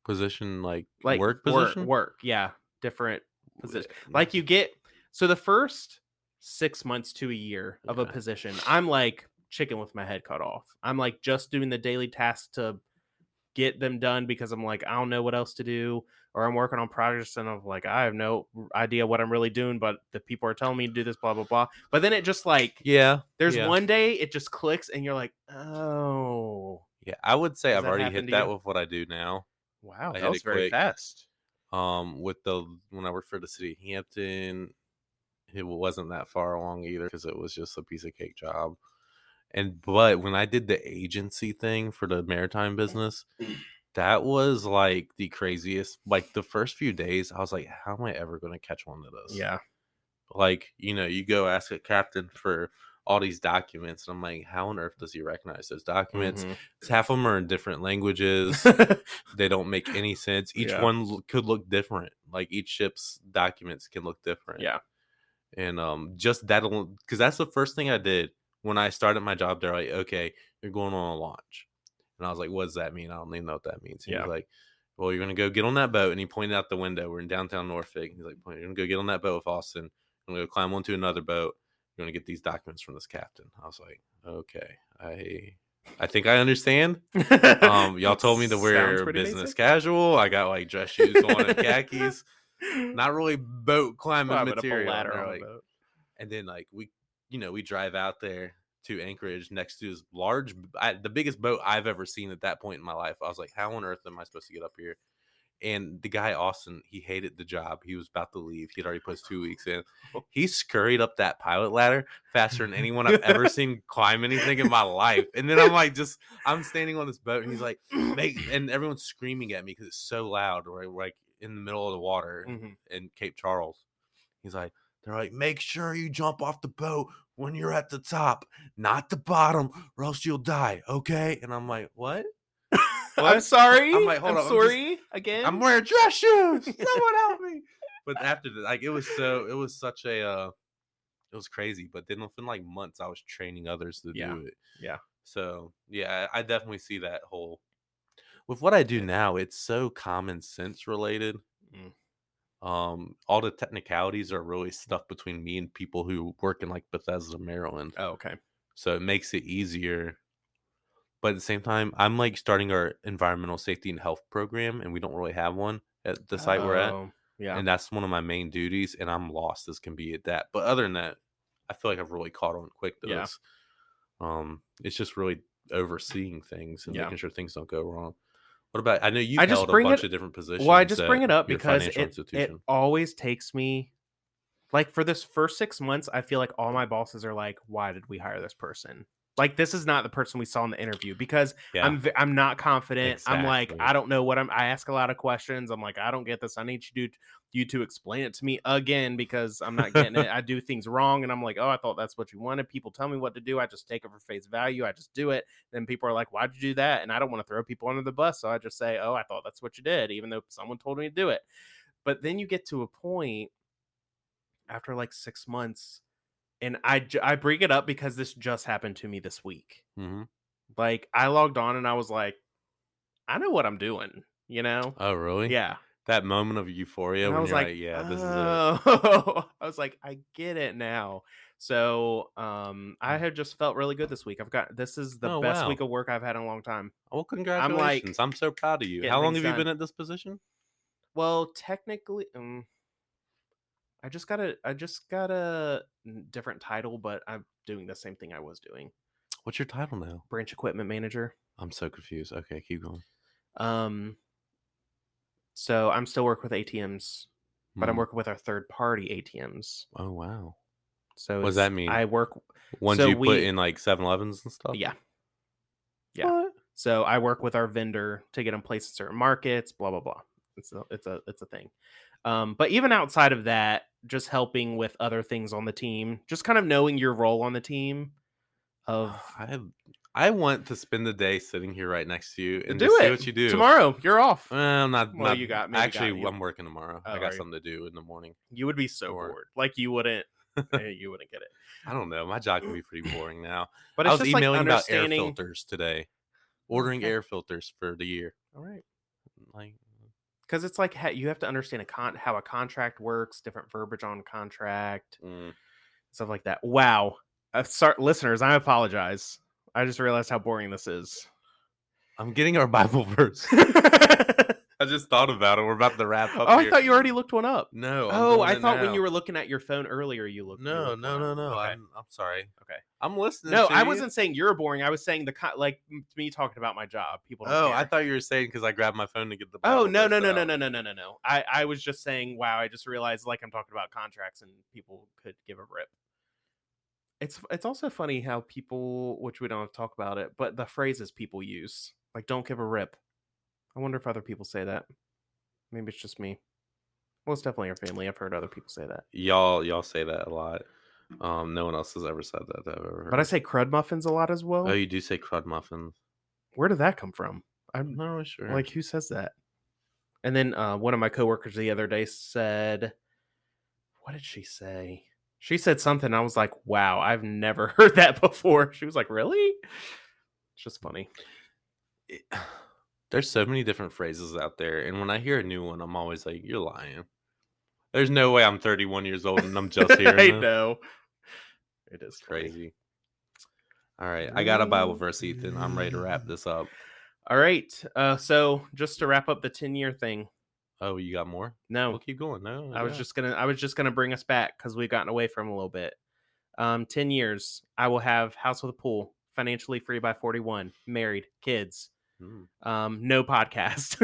Speaker 1: Position like,
Speaker 2: like
Speaker 1: work position.
Speaker 2: work yeah different
Speaker 1: W-
Speaker 2: position like you get so the first six months to a year of a
Speaker 1: Yeah.
Speaker 2: position i'm like chicken with my head cut off i'm like just doing the daily tasks to get them done because i'm like i don't know what else to do or i'm working on projects and i'm like i have no idea what i'm really doing but the people are telling me to do this blah blah blah but then it just like
Speaker 1: Yeah,
Speaker 2: there's
Speaker 1: yeah.
Speaker 2: one day it just clicks and you're like oh
Speaker 1: yeah. I would say
Speaker 2: Does
Speaker 1: I've
Speaker 2: that
Speaker 1: already
Speaker 2: happen
Speaker 1: hit
Speaker 2: to
Speaker 1: that
Speaker 2: you?
Speaker 1: with what I do now.
Speaker 2: wow
Speaker 1: I
Speaker 2: that
Speaker 1: had
Speaker 2: was
Speaker 1: it
Speaker 2: very
Speaker 1: quick.
Speaker 2: fast
Speaker 1: um with the when i worked for the city of hampton it wasn't that far along either because it was just a piece of cake job and but when i did the agency thing for the maritime business that was like the craziest like the first few days i was like how am i ever going to catch one of those
Speaker 2: yeah
Speaker 1: like you know you go ask a captain for all these documents and i'm like how on earth does he recognize those documents
Speaker 2: mm-hmm,
Speaker 1: half of them are in different languages
Speaker 2: Mhm.
Speaker 1: they don't make any sense. Each
Speaker 2: Yeah.
Speaker 1: one l- could look different. Like each ship's documents can look different.
Speaker 2: Yeah.
Speaker 1: and um just that alone because that's the first thing I did when I started my job. They're like, okay, you're going on a launch, and I was like, what does that mean? I don't even know what that means. He
Speaker 2: Yeah.
Speaker 1: was like, well, you're gonna go get on that boat, and he pointed out the window. We're in downtown Norfolk. He's like, "Well, you're gonna go get on that boat with Austin. I'm gonna go climb onto another boat. You're gonna get these documents from this captain. I was like, okay, I. I think I understand. Um, y'all told me to
Speaker 2: Sounds
Speaker 1: wear
Speaker 2: pretty
Speaker 1: business
Speaker 2: basic.
Speaker 1: casual. I got like dress shoes on and khakis. Not really boat climbing
Speaker 2: Climbing up a
Speaker 1: material. And
Speaker 2: ladder
Speaker 1: they're
Speaker 2: on a
Speaker 1: like-
Speaker 2: boat.
Speaker 1: and then like we you know we drive out there to anchorage next to this large b- I, the biggest boat i've ever seen at that point in my life i was like how on earth am i supposed to get up here and the guy austin he hated the job he was about to leave he'd already put his two weeks in
Speaker 2: Oh.
Speaker 1: he scurried up that pilot ladder faster than anyone i've ever seen climb anything in my life and then i'm like just i'm standing on this boat and he's like make and everyone's screaming at me because it's so loud right like in the middle of the water
Speaker 2: Mhm.
Speaker 1: in Cape Charles. He's like, they're like, make sure you jump off the boat when you're at the top, not the bottom, or else you'll die. Okay. And I'm like, what?
Speaker 2: I'm
Speaker 1: What?
Speaker 2: sorry. I'm,
Speaker 1: I'm like, hold on, I'm just-
Speaker 2: sorry again.
Speaker 1: I'm wearing dress shoes. Someone help me. But after that, like it was so it was such a uh it was crazy. But then within like months I was training others to
Speaker 2: Yeah,
Speaker 1: do it.
Speaker 2: yeah.
Speaker 1: So yeah, I, I definitely see that whole with what I do now, it's so common sense related.
Speaker 2: Mm.
Speaker 1: Um, all the technicalities are really stuff between me and people who work in like Bethesda, Maryland.
Speaker 2: Oh, okay.
Speaker 1: So it makes it easier. But at the same time, I'm like starting our environmental safety and health program, and we don't really have one at the site we're at.
Speaker 2: Oh, Yeah.
Speaker 1: And that's one of my main duties, and I'm lost as can be at that. But other than that, I feel like I've really caught on quick to
Speaker 2: Yeah.
Speaker 1: this. Um, it's just really overseeing things and
Speaker 2: Yeah.
Speaker 1: making sure things don't go wrong. What about I know you
Speaker 2: I
Speaker 1: held
Speaker 2: just
Speaker 1: a
Speaker 2: bring
Speaker 1: bunch
Speaker 2: it-
Speaker 1: of different positions.
Speaker 2: Well, I just
Speaker 1: at
Speaker 2: bring it up
Speaker 1: your
Speaker 2: because
Speaker 1: financial
Speaker 2: it, it
Speaker 1: institution.
Speaker 2: always takes me like for this first six months, I feel like all my bosses are like, why did we hire this person? Like this is not the person we saw in the interview because
Speaker 1: yeah.
Speaker 2: I'm ve- I'm not confident. I'm like
Speaker 1: Exactly.
Speaker 2: I don't know what I'm. I ask a lot of questions. I'm like I don't get this. I need you to you to explain it to me again because I'm not getting it. I do things wrong, and I'm like, oh, I thought that's what you wanted. People tell me what to do. I just take it for face value. I just do it. Then people are like, why'd you do that? And I don't want to throw people under the bus, so I just say, oh, I thought that's what you did, even though someone told me to do it. But then you get to a point after like six months, and I ju- I bring it up because this just happened to me this week
Speaker 1: Mhm.
Speaker 2: like I logged on and I was like, I know what I'm doing, you know?
Speaker 1: Oh really?
Speaker 2: Yeah.
Speaker 1: That moment of euphoria
Speaker 2: And
Speaker 1: when
Speaker 2: I was
Speaker 1: you're
Speaker 2: like,
Speaker 1: like, yeah, this is it.
Speaker 2: oh. I was like, I get it now. So um I have just felt really good this week. I've got this is the
Speaker 1: Mm. Oh,
Speaker 2: best
Speaker 1: wow.
Speaker 2: week of work I've had in a long time.
Speaker 1: Well, congratulations. I'm, so proud of you.
Speaker 2: getting
Speaker 1: How long
Speaker 2: things
Speaker 1: have you
Speaker 2: done.
Speaker 1: been at this position?
Speaker 2: Well, technically um I just got a I just got a n- different title, but I'm doing the same thing I was doing.
Speaker 1: What's your title now?
Speaker 2: Branch equipment manager.
Speaker 1: I'm so confused. Okay, keep going.
Speaker 2: Um so I'm still working with ATMs but I'm
Speaker 1: Hmm.
Speaker 2: working with our third party ATMs.
Speaker 1: Oh wow.
Speaker 2: So
Speaker 1: What does
Speaker 2: it's-
Speaker 1: that mean? Oh.
Speaker 2: I work.
Speaker 1: Ones
Speaker 2: So
Speaker 1: you put
Speaker 2: we-
Speaker 1: in like 7-Elevens and stuff.
Speaker 2: Yeah. yeah.
Speaker 1: What?
Speaker 2: So I work with our vendor to get them placed in certain markets. Blah blah blah. It's a it's a it's a thing. Um, but even outside of that, just helping with other things on the team, just kind of knowing your role on the team. Of
Speaker 1: I have- I want to spend the day sitting here right next to you and
Speaker 2: do
Speaker 1: just see
Speaker 2: it
Speaker 1: what you do
Speaker 2: tomorrow, you're off.
Speaker 1: Uh, I'm not.
Speaker 2: Well,
Speaker 1: not-
Speaker 2: you got- maybe got
Speaker 1: Actually,
Speaker 2: you.
Speaker 1: I'm working tomorrow.
Speaker 2: Oh,
Speaker 1: I
Speaker 2: are
Speaker 1: got
Speaker 2: you?
Speaker 1: something to do in the morning.
Speaker 2: you would be so
Speaker 1: Sure.
Speaker 2: bored. Like you wouldn't. eh, you wouldn't get it.
Speaker 1: I don't know. My job can be pretty boring now.
Speaker 2: But
Speaker 1: I
Speaker 2: it's
Speaker 1: was
Speaker 2: just
Speaker 1: emailing
Speaker 2: like
Speaker 1: about air
Speaker 2: understanding.
Speaker 1: filters today, ordering
Speaker 2: Okay.
Speaker 1: air filters for the year.
Speaker 2: All right.
Speaker 1: Like,
Speaker 2: Because it's like ha- you have to understand a con- how a contract works, different verbiage on contract,
Speaker 1: mm,
Speaker 2: stuff like that. Wow. Uh, sorry, listeners, I apologize. I just realized how boring this is.
Speaker 1: I'm getting our Bible verse.
Speaker 2: oh, I
Speaker 1: I just thought about it. We're about to wrap up. here.
Speaker 2: Oh, thought you already looked one up.
Speaker 1: No. I'm
Speaker 2: Oh,
Speaker 1: doing
Speaker 2: I
Speaker 1: it
Speaker 2: thought when
Speaker 1: now.
Speaker 2: you were looking at your phone earlier, you looked. you
Speaker 1: No,
Speaker 2: looked
Speaker 1: no,
Speaker 2: one
Speaker 1: no,
Speaker 2: up.
Speaker 1: no.
Speaker 2: Okay.
Speaker 1: I'm, I'm sorry.
Speaker 2: Okay.
Speaker 1: I'm listening.
Speaker 2: No,
Speaker 1: to
Speaker 2: I
Speaker 1: you.
Speaker 2: wasn't saying you're boring. I was saying the co- like m- me talking about my job. People. Don't
Speaker 1: Oh, I
Speaker 2: care.
Speaker 1: thought you were saying because I grabbed my phone to get the.
Speaker 2: Oh
Speaker 1: Bible
Speaker 2: no
Speaker 1: verse
Speaker 2: no no no
Speaker 1: out.
Speaker 2: no no no no no. I I was just saying. Wow, I just realized like I'm talking about contracts and people could give a rip. It's it's also funny how people, which we don't have to talk about it, but the phrases people use like "don't give a rip." I wonder if other people say that. Maybe it's just me. Well, it's definitely our family. I've heard other people say that,
Speaker 1: Y'all, y'all say that a lot. Um, no one else has ever said that. That I've ever heard.
Speaker 2: but I say crud muffins a lot as well.
Speaker 1: Oh, you do say crud muffins.
Speaker 2: Where did that come from? I'm
Speaker 1: I'm not really sure.
Speaker 2: Like who says that? And then uh, one of my coworkers the other day said, "What did she say?" She said something. I was like, wow, I've never heard that before. She was like, really? It's just funny.
Speaker 1: It- There's so many different phrases out there, and when I hear a new one, I'm always like, "You're lying." There's no way I'm 31 years old and I'm just here.
Speaker 2: I know. It is funny.
Speaker 1: Crazy. All right, I got a Bible verse, Ethan. I'm ready to wrap this up.
Speaker 2: All right. Uh, so just to wrap up the 10 year thing.
Speaker 1: Oh, you got more?
Speaker 2: No,
Speaker 1: We'll keep going. No,
Speaker 2: I was
Speaker 1: oh, yeah.
Speaker 2: just gonna I was just gonna bring us back because we've gotten away from a little bit. Um, ten years, I will have house with a pool, financially free by forty one, married, kids,
Speaker 1: Mm.
Speaker 2: um, no podcast.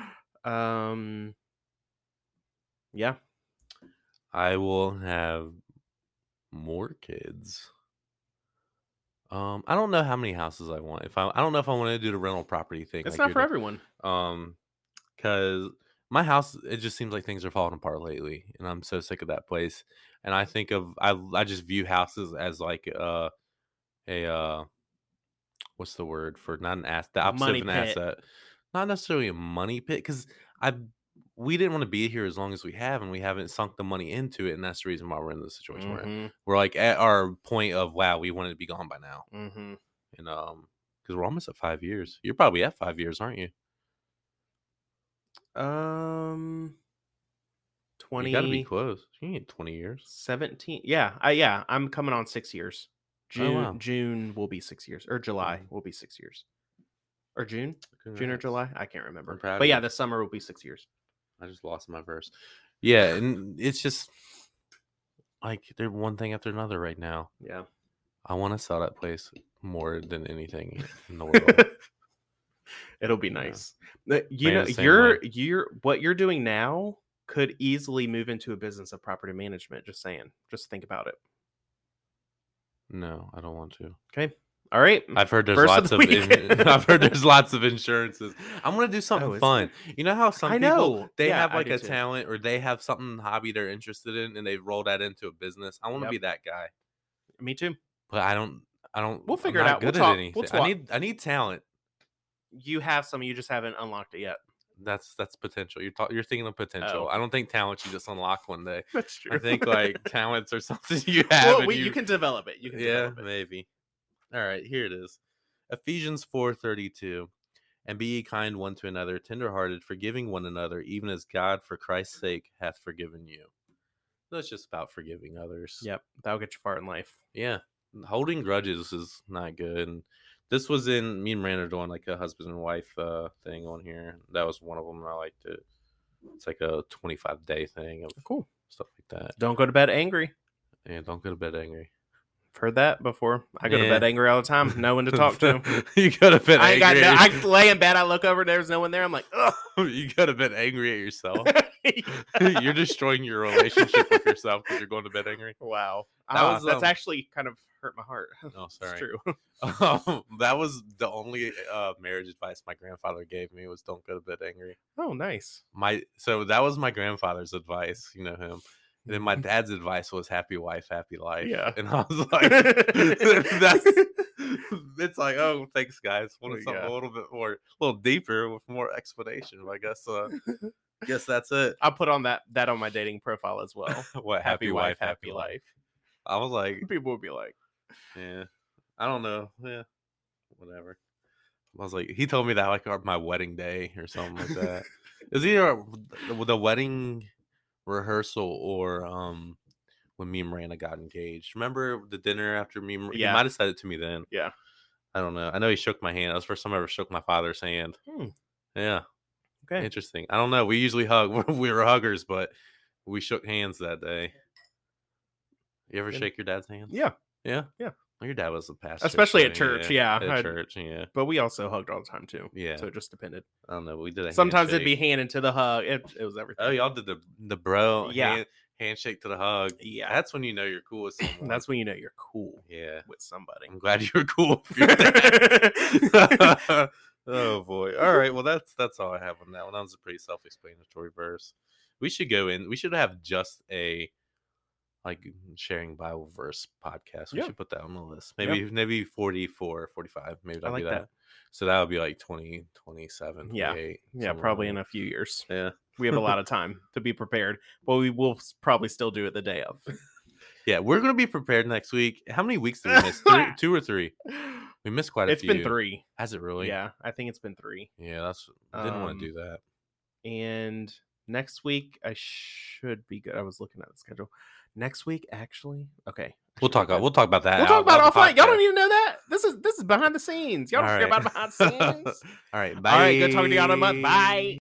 Speaker 2: um, yeah,
Speaker 1: I will have more kids. Um, I don't know how many houses I want. If I, I don't know if I want to do the rental property thing.
Speaker 2: it's
Speaker 1: like
Speaker 2: not
Speaker 1: you're
Speaker 2: for
Speaker 1: doing.
Speaker 2: everyone.
Speaker 1: um because my house it just seems like things are falling apart lately and i'm so sick of that place and i think of i i just view houses as like uh a uh what's the word for not an asset the opposite
Speaker 2: Money
Speaker 1: of an
Speaker 2: pit.
Speaker 1: asset not necessarily a money pit because i we didn't want to be here as long as we have and we haven't sunk the money into it and that's the reason why we're in this situation we're in.
Speaker 2: Mhm,
Speaker 1: we're like at our point of wow we wanted to be gone by now
Speaker 2: mhm.
Speaker 1: and um because we're almost at five years you're probably at five years aren't you
Speaker 2: Um,
Speaker 1: you gotta be
Speaker 2: twenty
Speaker 1: close you ain't 20 years
Speaker 2: seventeen. Yeah, I yeah, I'm coming on six years. June
Speaker 1: Oh, wow.
Speaker 2: June will be six years, or July
Speaker 1: Mhm.
Speaker 2: will be six years, or June. June or
Speaker 1: Congrats.
Speaker 2: July. I can't remember.
Speaker 1: proud
Speaker 2: But
Speaker 1: of
Speaker 2: yeah,
Speaker 1: you.
Speaker 2: this summer will be six years.
Speaker 1: I just lost my verse. Yeah, and it's just like they're one thing after another right now.
Speaker 2: Yeah.
Speaker 1: I want to sell that place more than anything in the world.
Speaker 2: It'll be nice. But You
Speaker 1: Man,
Speaker 2: know,
Speaker 1: the same
Speaker 2: you're
Speaker 1: way.
Speaker 2: you're what you're doing now could easily move into a business of property management. Just saying. Just think about it.
Speaker 1: no, I don't want to.
Speaker 2: All right.
Speaker 1: I've heard there's
Speaker 2: Verse Mm.
Speaker 1: lots
Speaker 2: of the
Speaker 1: of, in,
Speaker 2: week.
Speaker 1: I've heard there's lots of insurances. I'm gonna do
Speaker 2: Oh,
Speaker 1: something
Speaker 2: is
Speaker 1: fun. You know how some
Speaker 2: I
Speaker 1: people
Speaker 2: know.
Speaker 1: they
Speaker 2: Yeah,
Speaker 1: have
Speaker 2: I
Speaker 1: like
Speaker 2: do
Speaker 1: a
Speaker 2: too.
Speaker 1: talent or they have something hobby they're interested in and they roll that into a business. I want to
Speaker 2: Yep.
Speaker 1: be that guy,
Speaker 2: Me too.
Speaker 1: but I don't. I don't.
Speaker 2: We'll
Speaker 1: I'm
Speaker 2: figure it
Speaker 1: not
Speaker 2: out. We'll
Speaker 1: good at
Speaker 2: talk. We'll
Speaker 1: anything.
Speaker 2: talk.
Speaker 1: I need. I need talent.
Speaker 2: You have some. You just haven't unlocked it yet.
Speaker 1: That's that's potential. You're talk, you're thinking of potential. I don't think talent you just unlock one day.
Speaker 2: That's Oh. true.
Speaker 1: I think like talents are something you have.
Speaker 2: well,
Speaker 1: and
Speaker 2: we, you, can develop it. You can.
Speaker 1: yeah,
Speaker 2: Develop it.
Speaker 1: maybe. All right, here it is. Ephesians four thirty two, and be ye kind one to another, tenderhearted, forgiving one another, even as God for Christ's sake hath forgiven you. That's just about forgiving others.
Speaker 2: Yep. That'll get you far in life.
Speaker 1: Yeah. Holding grudges is not good. And this was in me and Miranda doing like a husband and wife uh, thing on here. That was one of them. I liked it. It's like a 25 day thing of
Speaker 2: Cool.
Speaker 1: stuff like that.
Speaker 2: Don't go to bed angry.
Speaker 1: Yeah, don't go to bed angry.
Speaker 2: I've heard that before. I go to
Speaker 1: Yeah.
Speaker 2: bed angry all the time. No one to talk to.
Speaker 1: you go to bed
Speaker 2: I ain't got
Speaker 1: angry.
Speaker 2: no, I lay in bed. I look over. There's no one there. I'm like, ugh.
Speaker 1: you go to bed angry at yourself.
Speaker 2: Yeah.
Speaker 1: you're destroying your relationship with yourself because you're going to bed angry.
Speaker 2: wow.
Speaker 1: That
Speaker 2: Ah,
Speaker 1: was,
Speaker 2: that's
Speaker 1: um,
Speaker 2: actually kind of hurt my heart.
Speaker 1: Oh,
Speaker 2: It's
Speaker 1: sorry.
Speaker 2: true.
Speaker 1: Um, that was the only uh, marriage advice my grandfather gave me was don't go to bed angry.
Speaker 2: Oh, nice.
Speaker 1: my so that was my grandfather's advice you know him and then my dad's advice was happy wife happy life
Speaker 2: Yeah.
Speaker 1: and i was like that's it's like oh thanks guys wanted something
Speaker 2: Yeah.
Speaker 1: a little bit more a little deeper with more explanation but i guess uh guess that's it
Speaker 2: I'll put on that that on my dating profile as well. Happy,
Speaker 1: what happy, wife happy life. i was like
Speaker 2: People will be like,
Speaker 1: yeah i don't know yeah whatever i was like he told me that like on my wedding day or something like that Is either the, the wedding rehearsal or um when me and Miranda got engaged. Remember the dinner after me? And, yeah.
Speaker 2: Yeah.
Speaker 1: He might have said it to me then.
Speaker 2: Yeah.
Speaker 1: I don't know. I know he shook my hand. That was the first time I ever shook my father's hand.
Speaker 2: Hmm.
Speaker 1: Yeah.
Speaker 2: okay,
Speaker 1: Interesting. I don't know. We usually hug. we were huggers, but we shook hands that day. You ever
Speaker 2: Good.
Speaker 1: shake your dad's hand?
Speaker 2: yeah.
Speaker 1: Yeah.
Speaker 2: Yeah.
Speaker 1: Well, your dad was a pastor.
Speaker 2: Especially
Speaker 1: so
Speaker 2: at church, yeah,
Speaker 1: At
Speaker 2: I'd-
Speaker 1: church. Yeah.
Speaker 2: But we also hugged all the time too.
Speaker 1: Yeah.
Speaker 2: So it just depended.
Speaker 1: I don't know. We did a
Speaker 2: Sometimes it'd
Speaker 1: handshake.
Speaker 2: be hand into the hug. It, it was everything.
Speaker 1: Oh, y'all did the the bro
Speaker 2: Yeah.
Speaker 1: hand- handshake to the hug.
Speaker 2: yeah.
Speaker 1: That's when you know you're cool with someone.
Speaker 2: That's when you know you're cool
Speaker 1: yeah.
Speaker 2: with somebody.
Speaker 1: I'm glad you were cool with your dad. oh boy. All right. Well, that's that's all I have on that one. That was a pretty self-explanatory verse. We should go in. We should have just a like sharing Bible verse podcast. We
Speaker 2: Yeah.
Speaker 1: should put that on the list.
Speaker 2: Yeah.
Speaker 1: Maybe maybe 44, 45. Maybe that'll
Speaker 2: like
Speaker 1: be
Speaker 2: that.
Speaker 1: that. So that would be like 20, 27,
Speaker 2: Yeah.
Speaker 1: 28,
Speaker 2: Yeah,
Speaker 1: somewhere
Speaker 2: probably
Speaker 1: around
Speaker 2: in a few years.
Speaker 1: there. Yeah.
Speaker 2: We have a lot of time to be prepared, but we will s- probably still do it the day of.
Speaker 1: Yeah, we're gonna be prepared next week. How many weeks did we miss? Three, two or three? We missed quite a
Speaker 2: It's
Speaker 1: few.
Speaker 2: been three.
Speaker 1: Has it really?
Speaker 2: Yeah, I think it's been three.
Speaker 1: Yeah, that's didn't want
Speaker 2: Um,
Speaker 1: to do that.
Speaker 2: And next week I should be good. I was looking at the schedule. Next week, actually, okay.
Speaker 1: We'll talk. We'll talk about that.
Speaker 2: We'll talk about it
Speaker 1: off the
Speaker 2: offline. Y'all don't
Speaker 1: Uh, podcast.
Speaker 2: even know that. This is this is behind the scenes. Y'all don't
Speaker 1: All
Speaker 2: care
Speaker 1: right.
Speaker 2: about behind the scenes.
Speaker 1: All right. Bye.
Speaker 2: All right, good talking to y'all in a month. Bye.